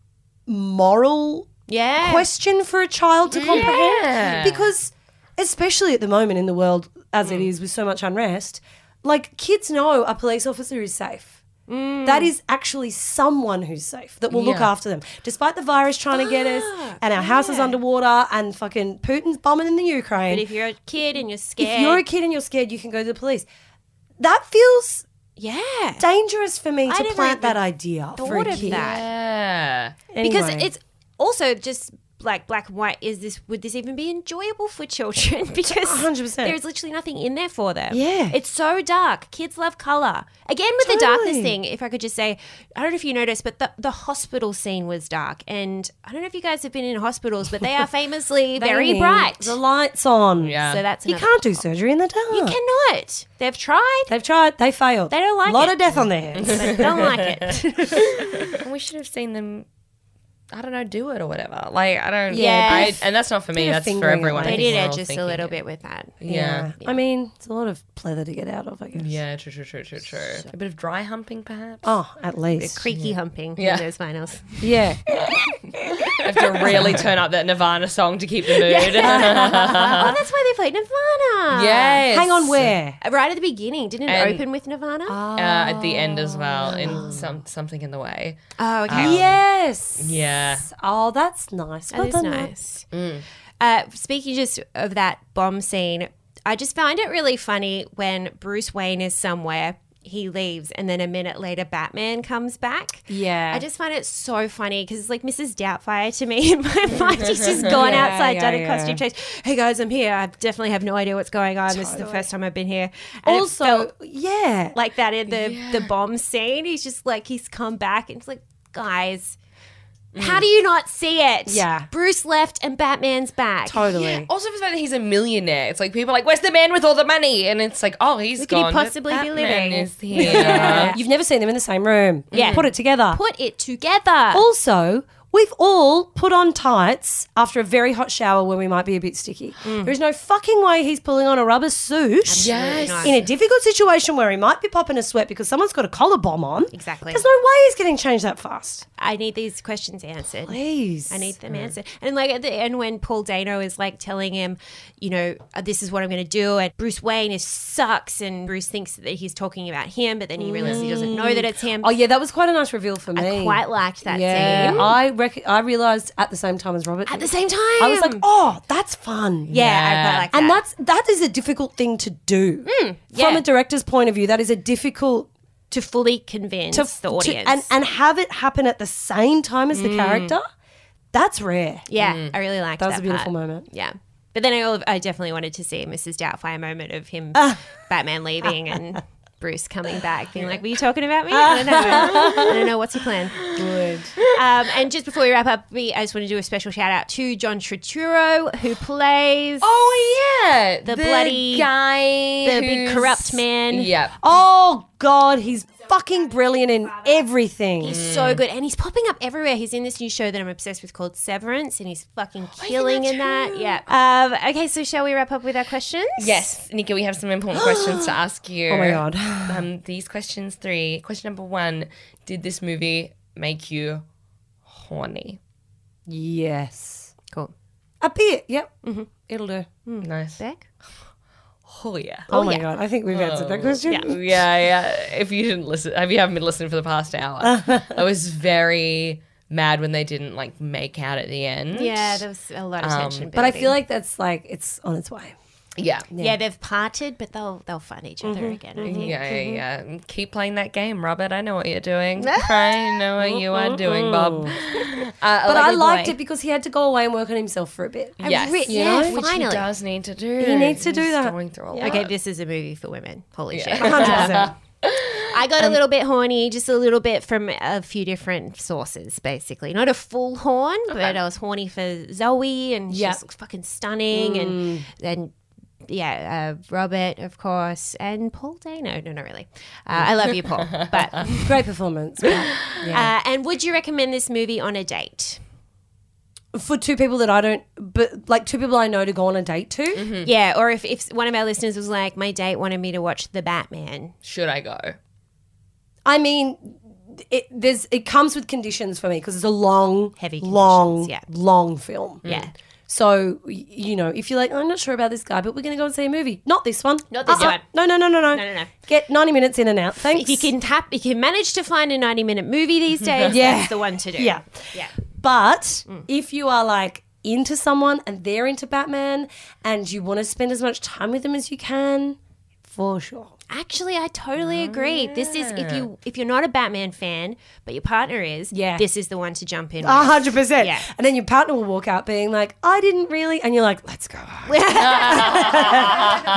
Speaker 3: moral
Speaker 1: Yeah.
Speaker 3: question for a child to comprehend. Because, especially at the moment in the world as
Speaker 1: Mm.
Speaker 3: it is with so much unrest, like kids know a police officer is safe.
Speaker 1: Mm.
Speaker 3: That is actually someone who's safe that will look
Speaker 2: Yeah.
Speaker 3: after them, despite the virus trying to get us and our house is underwater and fucking Putin's bombing in the Ukraine.
Speaker 1: But if you're a kid and you're scared,
Speaker 3: if you're a kid and you're scared, you can go to the police. That feels
Speaker 1: yeah,
Speaker 3: dangerous for me to
Speaker 1: never
Speaker 3: plant
Speaker 1: even
Speaker 3: that idea for a
Speaker 1: thought of
Speaker 3: kid.
Speaker 1: that
Speaker 2: Yeah.
Speaker 1: because
Speaker 3: Anyway.
Speaker 1: it's also just like black and white. Is this would this even be enjoyable for children? <laughs> Because
Speaker 3: 100%.
Speaker 1: there is literally nothing in there for them.
Speaker 3: Yeah.
Speaker 1: it's so dark. Kids love color. Again with the darkness
Speaker 3: Totally.
Speaker 1: thing. If I could just say, I don't know if you noticed, but the the hospital scene was dark, and I don't know if you guys have been in hospitals, but
Speaker 3: <laughs>
Speaker 1: they are famously very
Speaker 3: Maybe
Speaker 1: bright.
Speaker 3: The lights on.
Speaker 2: Yeah.
Speaker 1: so that's
Speaker 3: You
Speaker 1: another-
Speaker 3: can't do surgery in the dark.
Speaker 1: You cannot. They've tried.
Speaker 3: They've tried. They failed. They
Speaker 1: don't like
Speaker 3: A lot
Speaker 1: it.
Speaker 3: of death on their <laughs> hands.
Speaker 1: They don't like it.
Speaker 2: And we should have seen them. I don't know, do it or whatever. Like I don't.
Speaker 1: Yeah.
Speaker 2: I, and that's not for me.
Speaker 3: Bit of
Speaker 2: That's for
Speaker 3: fingering
Speaker 2: everyone.
Speaker 3: away.
Speaker 2: I
Speaker 1: They
Speaker 2: think
Speaker 1: did
Speaker 2: we're all
Speaker 1: edge us a
Speaker 2: thinking
Speaker 1: little
Speaker 2: it.
Speaker 1: bit with that.
Speaker 2: Yeah.
Speaker 3: I mean, it's a lot of pleather to get out of, I guess.
Speaker 2: Yeah. True. True. True. True. True. A bit of dry humping, perhaps.
Speaker 3: Oh, at least.
Speaker 1: Creaky humping
Speaker 2: Yeah.
Speaker 1: in those finals.
Speaker 3: Yeah.
Speaker 2: I have to really turn up that Nirvana song to keep the mood. <laughs>
Speaker 3: Uh-huh.
Speaker 1: oh, that's why they played Nirvana.
Speaker 2: yes.
Speaker 3: Hang on, where?
Speaker 1: Right at the beginning, didn't
Speaker 2: And-
Speaker 1: it open with Nirvana?
Speaker 3: Oh.
Speaker 2: Uh, at the end as well,
Speaker 1: Ah.
Speaker 2: in some something in the way.
Speaker 1: oh, okay.
Speaker 3: yes.
Speaker 2: yeah.
Speaker 3: Oh, that's nice.
Speaker 1: That is nice.
Speaker 3: Mm.
Speaker 1: Uh, speaking just of that bomb scene, I just find it really funny when Bruce Wayne is somewhere, he leaves, and then a minute later, Batman comes back.
Speaker 3: Yeah.
Speaker 1: I just find it so funny because it's like Mrs. Doubtfire to me <laughs> in my mind. She's
Speaker 3: <laughs>
Speaker 1: just gone
Speaker 3: Yeah,
Speaker 1: outside,
Speaker 3: yeah,
Speaker 1: done a
Speaker 3: yeah.
Speaker 1: costume change. Hey guys, I'm here. I definitely have no idea what's going on. This is the first time I've been here. And it
Speaker 3: also,
Speaker 1: felt
Speaker 3: yeah.
Speaker 1: like that in the the bomb scene. He's just like he's come back and it's like, guys, how do you not see it?
Speaker 3: Mm. Yeah.
Speaker 1: Bruce left and Batman's back.
Speaker 3: totally.
Speaker 2: Also, for the fact that he's a millionaire, it's like people are like, "Where's the man with all the money?" And it's like, "Oh, he's
Speaker 1: could he
Speaker 2: gone." but
Speaker 1: possibly be
Speaker 2: Batman
Speaker 1: living?
Speaker 2: <laughs> Is here.
Speaker 3: <laughs> You've never seen them in the same room.
Speaker 1: Yeah.
Speaker 3: Put it together.
Speaker 1: Put it together.
Speaker 3: also, we've all put on tights after a very hot shower when we might be a bit sticky. There's no fucking way he's pulling on a rubber suit.
Speaker 2: Yes.
Speaker 1: Nice.
Speaker 3: in a difficult situation where he might be popping a sweat because someone's got a collar bomb on.
Speaker 1: Exactly.
Speaker 3: There's no way he's getting changed that fast.
Speaker 1: I need these questions answered.
Speaker 3: Please.
Speaker 1: I need them answered. And like at the end, when Paul Dano is like telling him, you know, "Uh, this is what I'm going to do, and Bruce Wayne is sucks, and Bruce thinks that he's talking about him, but then he realizes he doesn't know that it's him.
Speaker 3: Oh yeah, that was quite a nice reveal for me.
Speaker 1: I quite liked that
Speaker 3: yeah,
Speaker 1: scene.
Speaker 3: I rec- I realized at the same time as Robert.
Speaker 1: At the same time,
Speaker 3: I was like, oh, that's fun.
Speaker 1: yeah, I quite like that. Mm,
Speaker 3: And that's that is a difficult thing to do from
Speaker 1: yeah.
Speaker 3: a director's point of view. That is a difficult
Speaker 1: to fully convince
Speaker 3: to
Speaker 1: the
Speaker 3: to-
Speaker 1: audience. Mm.
Speaker 3: and and have it happen at the same time as the character. That's rare.
Speaker 1: yeah, I really liked Mm. that.
Speaker 3: That was a beautiful
Speaker 1: part.
Speaker 3: moment.
Speaker 1: Yeah. But then I, all- I definitely wanted to see a Mrs. Doubtfire moment of him, Batman leaving and Bruce coming back, being like, "Were you talking about me? I don't know. I don't know. What's your plan?"
Speaker 3: Good.
Speaker 1: Um, and just before we wrap up, we I just want to do a special shout out to John Turturro who plays
Speaker 2: Oh yeah, the,
Speaker 1: bloody-
Speaker 2: guy,
Speaker 1: the big
Speaker 2: who's-
Speaker 1: corrupt man.
Speaker 2: Yep.
Speaker 3: Oh God, he's fucking brilliant in everything.
Speaker 1: He's so good, and he's popping up everywhere. He's in this new show that I'm obsessed with called Severance, and he's fucking killing in Oh, that. Yeah. Um, okay, so shall we wrap up with our questions?
Speaker 2: Yes, Nikki, we have
Speaker 1: <gasps>
Speaker 2: some important questions to ask you.
Speaker 3: Oh my god.
Speaker 2: Um, these questions three. Question number one: Did this movie make you horny?
Speaker 3: Yes.
Speaker 1: Cool.
Speaker 3: A bit. Yep. It'll do.
Speaker 2: Nice.
Speaker 1: Beck?
Speaker 2: Oh yeah.
Speaker 3: Oh, my god. I think we've answered that question.
Speaker 2: Yeah, yeah. If you didn't listen, if you haven't been listening for the past hour,
Speaker 3: <laughs>
Speaker 2: I was very mad when they didn't like make out at the end.
Speaker 1: Yeah, there was a lot of tension.
Speaker 3: Um, But I
Speaker 1: building.
Speaker 3: feel like that's like it's on its way.
Speaker 2: yeah.
Speaker 1: Yeah. Mm-hmm, they've parted, but they'll they'll find each other again. I think.
Speaker 2: Yeah,
Speaker 3: Mm-hmm.
Speaker 2: yeah, yeah. Keep playing that game, Robert. I know what you're
Speaker 3: <laughs>
Speaker 2: doing. I know what you are doing, Bob. Uh,
Speaker 3: But I
Speaker 2: like-
Speaker 3: liked it because he had to go away and work on himself for a bit.
Speaker 2: yes,
Speaker 1: re- yeah,
Speaker 2: which he
Speaker 1: finally.
Speaker 2: does need to do.
Speaker 3: He needs to do
Speaker 2: He's
Speaker 3: that.
Speaker 2: Going through a lot.
Speaker 1: Okay, this is a movie for women. Holy <laughs> shit!
Speaker 3: 100%.
Speaker 1: I got a little bit horny, just a little bit from a few different sources, basically. Not a full horn, but I was horny for Zoe, and she
Speaker 3: Yeah.
Speaker 1: just looks fucking stunning, and and yeah, uh, Robert, of course, and Paul Dano. No, not really. Uh, I love you, <laughs> Paul. But uh,
Speaker 3: <laughs> Great performance.
Speaker 1: and would you recommend this movie on a date?
Speaker 3: <laughs> for two people that I don't, but like two people I know to go on a date to.
Speaker 1: Yeah, or if, if one of our listeners was like, my date wanted me to watch The Batman.
Speaker 2: Should I go?
Speaker 3: I mean, it there's it comes with conditions for me because it's a long,
Speaker 1: Heavy
Speaker 3: long,
Speaker 1: conditions, yeah.
Speaker 3: long film.
Speaker 1: Yeah.
Speaker 3: So y- you know, if you're like, "Oh, I'm not sure about this guy, but we're gonna go and see a movie. Not this one. Uh-uh.
Speaker 1: Not this one.
Speaker 3: No, no, no, no, no.
Speaker 1: No, no, no.
Speaker 3: Get 90 minutes in
Speaker 1: <laughs>
Speaker 3: and out. Thanks.
Speaker 1: If you can tap, if you manage to find a 90 minute movie
Speaker 3: <laughs>
Speaker 1: these days,
Speaker 3: Yeah.
Speaker 1: that's the one to do.
Speaker 3: Yeah.
Speaker 1: Yeah.
Speaker 3: But
Speaker 1: Mm.
Speaker 3: if you are like into someone and they're into Batman and you want to spend as much time with them as you can, for sure.
Speaker 1: Actually, I totally agree. This is if you if you're not a Batman fan, but your partner is,
Speaker 3: Ah. Yeah. Ah,
Speaker 1: this is the one to jump in.
Speaker 3: A hundred percent.
Speaker 1: Yeah.
Speaker 3: And then your partner will walk out being like, I didn't really and you're like, let's
Speaker 1: <laughs>
Speaker 3: go. home."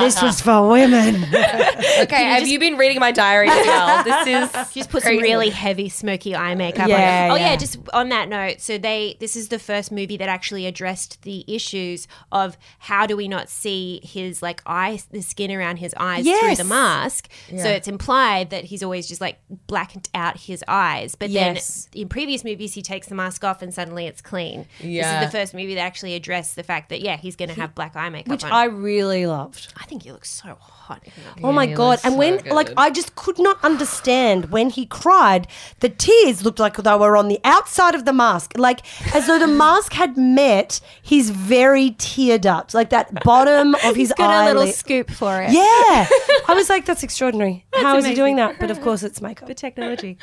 Speaker 3: <laughs> this was for women.
Speaker 2: Okay, have you been reading my diary as
Speaker 3: <laughs>
Speaker 2: well? This is
Speaker 1: Just put some really heavy smoky eye makeup
Speaker 3: Yeah,
Speaker 1: on. it. Oh yeah.
Speaker 3: yeah.
Speaker 1: just on that note, so they this is the first movie that actually addressed the issues of how do we not see his like eyes the skin around his eyes through
Speaker 3: Yes.
Speaker 1: the mask. So it's implied that he's always just like blacked out his eyes. But
Speaker 3: Yes.
Speaker 1: then in previous movies he takes the mask off and suddenly it's clean.
Speaker 2: Yeah.
Speaker 1: This is the first movie that actually addressed the fact that yeah, he's gonna have black eye makeup
Speaker 3: Which
Speaker 1: on.
Speaker 3: I really loved.
Speaker 1: I think he looks so hot. in that
Speaker 3: Oh my god! And when, like, I just could not understand when he cried. The tears looked like they were on the outside of the mask, like
Speaker 1: <laughs>
Speaker 3: as though the mask had met his very tear duct, like that
Speaker 1: <laughs>
Speaker 3: bottom of his
Speaker 1: Got a
Speaker 3: eye.
Speaker 1: little
Speaker 3: lid.
Speaker 1: scoop for it.
Speaker 3: yeah,
Speaker 1: <laughs>
Speaker 3: I was like, that's extraordinary. How is he doing that? But of course, it's makeup.
Speaker 1: Technology.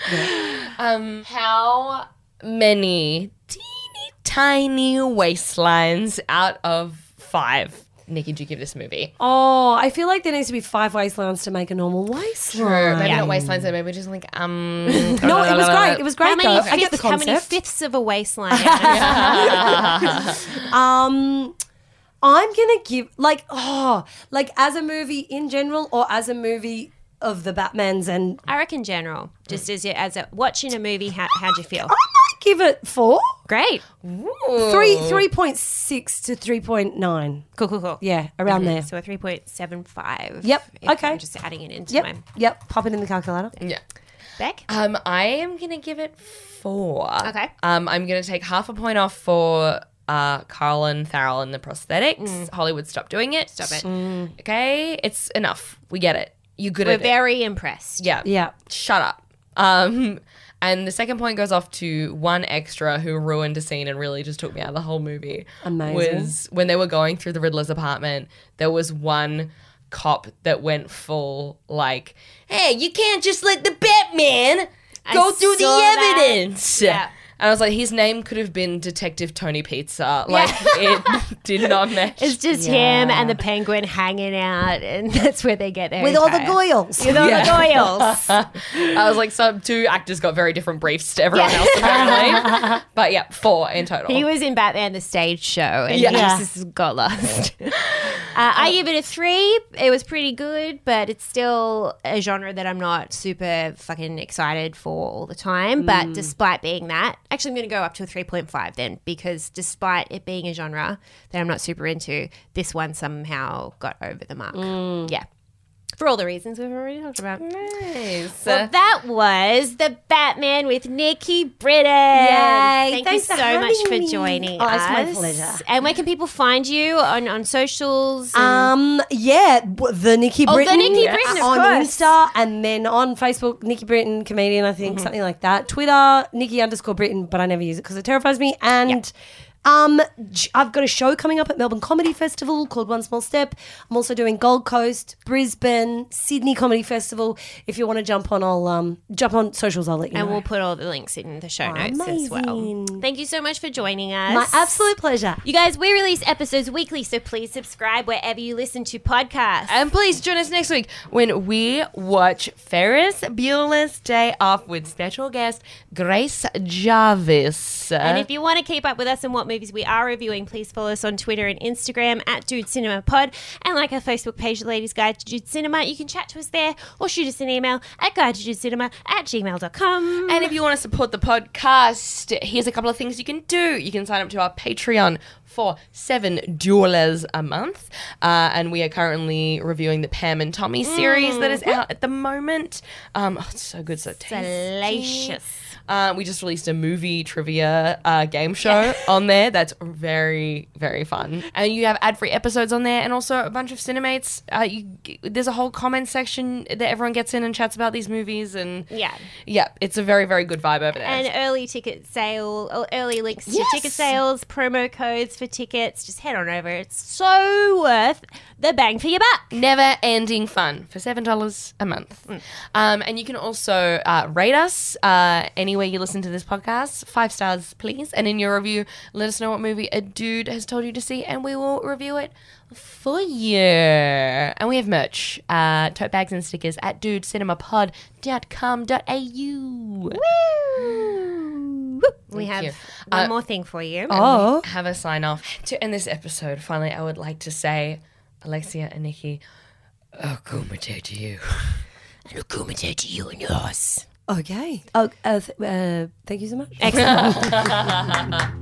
Speaker 2: Um, how many teeny tiny waistlines out of five, Nikki, do you give this movie?
Speaker 3: Oh, I feel like there needs to be five waistlines to make a normal waistline.
Speaker 2: Maybe not waistlines, but maybe just like <laughs> um.
Speaker 3: No, it was great.
Speaker 2: <laughs>
Speaker 3: It was
Speaker 1: How
Speaker 3: great
Speaker 1: many,
Speaker 3: though. I get the
Speaker 1: fifths, how many
Speaker 3: concept.
Speaker 1: fifths of a
Speaker 3: <laughs>
Speaker 1: waistline? I
Speaker 3: Um, I'm gonna give like oh like as a movie in general or as a movie of the Batman's and I
Speaker 1: reckon general, just as you, as a watching a movie, how how'd you feel?
Speaker 3: might give it four.
Speaker 1: Great,
Speaker 3: Three
Speaker 2: Hmm.
Speaker 3: three point six to three point nine.
Speaker 1: cool, cool, cool.
Speaker 3: Yeah, around there.
Speaker 1: So a three point seven five.
Speaker 3: Yep, okay.
Speaker 1: I'm just adding it into
Speaker 3: Yep.
Speaker 1: my
Speaker 3: Yep. Pop it in the calculator.
Speaker 2: Yeah.
Speaker 1: back.
Speaker 2: Um, I am gonna give it four.
Speaker 1: Okay.
Speaker 2: Um, I'm gonna take half a point off for uh Carlin Farrell and the prosthetics. Hollywood, stop doing it. Mm. Stop
Speaker 1: it.
Speaker 2: Okay, it's enough. We get it. You good
Speaker 1: We're
Speaker 2: at it.
Speaker 1: very impressed.
Speaker 2: Yeah.
Speaker 3: Yeah.
Speaker 2: Shut up. Um, <laughs> and the second point goes off to one extra who ruined a scene and really just took me out of the whole movie.
Speaker 3: Amazing.
Speaker 2: Was when they were going through the Riddler's apartment, there was one cop that went full like, "Hey, you can't just let the Batman go
Speaker 1: saw
Speaker 2: through the
Speaker 1: that.
Speaker 2: evidence."
Speaker 1: Yeah.
Speaker 2: And I was like, his name could have been Detective Tony Pizza. Like,
Speaker 1: <laughs>
Speaker 2: it did not match.
Speaker 1: It's just him and the penguin hanging out, and <laughs> that's where they get there
Speaker 3: With all the goyles.
Speaker 1: With all the
Speaker 3: <laughs>
Speaker 1: goyles.
Speaker 2: I was like, some two actors got very different briefs to everyone else
Speaker 1: <laughs>
Speaker 2: apparently. but yeah, four in total.
Speaker 1: He was in Batman the stage show and
Speaker 2: Yeah.
Speaker 1: he just got lost. <laughs> uh, I give it a three. It was pretty good, but it's still a genre that I'm not super fucking excited for all the time. But despite being that, actually, I'm going to go up to a 3.5 then because despite it being a genre that I'm not super into, this one somehow got over the mark. Yeah. For all the reasons we've already talked about.
Speaker 2: Nice.
Speaker 1: Well, that was the Batman with Nikki Britton.
Speaker 3: Yay.
Speaker 1: Thank
Speaker 3: Thanks
Speaker 1: you
Speaker 3: for
Speaker 1: so much
Speaker 3: having
Speaker 1: for
Speaker 3: me.
Speaker 1: joining
Speaker 3: Oh,
Speaker 1: us.
Speaker 3: it's my pleasure.
Speaker 1: And where can people find you on on socials? and-
Speaker 3: Um. Yeah. w- The Nikki
Speaker 1: Oh, The
Speaker 3: Britton.
Speaker 1: Nikki Yes. Britton, of
Speaker 3: on
Speaker 1: course.
Speaker 3: Insta and then on Facebook, Nikki Britton comedian. I
Speaker 1: Mm-hmm.
Speaker 3: think something like that. Twitter, Nikki underscore Britton, but I never use it because it terrifies me. And. Um, j- I've got a show coming up at Melbourne Comedy Festival called One Small Step. I'm also doing Gold Coast, Brisbane, Sydney Comedy Festival. If you want to jump on, I'll um jump on socials. I'll let you
Speaker 1: and
Speaker 3: know.
Speaker 1: we'll put all the links in the show notes as well.
Speaker 3: Oh, Amazing.
Speaker 1: Thank you so much for joining us.
Speaker 3: My absolute pleasure.
Speaker 1: You guys, we release episodes weekly, so please subscribe wherever you listen to podcasts.
Speaker 2: and please join us next week when we watch Ferris Bueller's Day Off with special guest Grace Jarvis.
Speaker 1: And if you want to keep up with us and what movies we are reviewing, please follow us on Twitter and Instagram at Dude Cinema Pod and like our Facebook page, The Ladies Guide to Dude Cinema. You can chat to us there or shoot us an email at guide to dude cinema at gmail.com.
Speaker 2: And if you want to support the podcast, here's a couple of things you can do. You can sign up to our Patreon for seven dollars a month, uh, and we are currently reviewing the Pam and Tommy series that is out at the moment. Um, oh, it's so good, so tasty.
Speaker 1: Salacious.
Speaker 2: Uh, we just released a movie trivia uh, game show on there. That's very, very fun. And you have ad free episodes on there, and also a bunch of cinemates. Uh, you, there's a whole comment section that everyone gets in and chats about these movies, and
Speaker 1: Yeah.
Speaker 2: yeah, it's a very, very good vibe over there.
Speaker 1: And early ticket sale, or early links
Speaker 2: Yes.
Speaker 1: to ticket sales, promo codes for tickets. Just head on over. It's so worth the bang for your buck.
Speaker 2: never ending fun for seven dollars a month. Um, and you can also uh, rate us uh, anywhere you listen to this podcast, five stars, please. And in your review, let us know what movie a dude has told you to see, and we will review it for you. And we have merch, uh, tote bags and stickers at dudecinemapod.com.au.
Speaker 1: We have
Speaker 2: you.
Speaker 1: one
Speaker 2: Uh,
Speaker 1: more thing for you.
Speaker 3: Oh,
Speaker 2: have a sign off. To end this episode, finally, I would like to say, Alexia and Nikki, oh, kumite to you.
Speaker 1: Kumite to you and yours.
Speaker 3: okay. Oh, uh, th- uh, thank you so much.
Speaker 1: Excellent.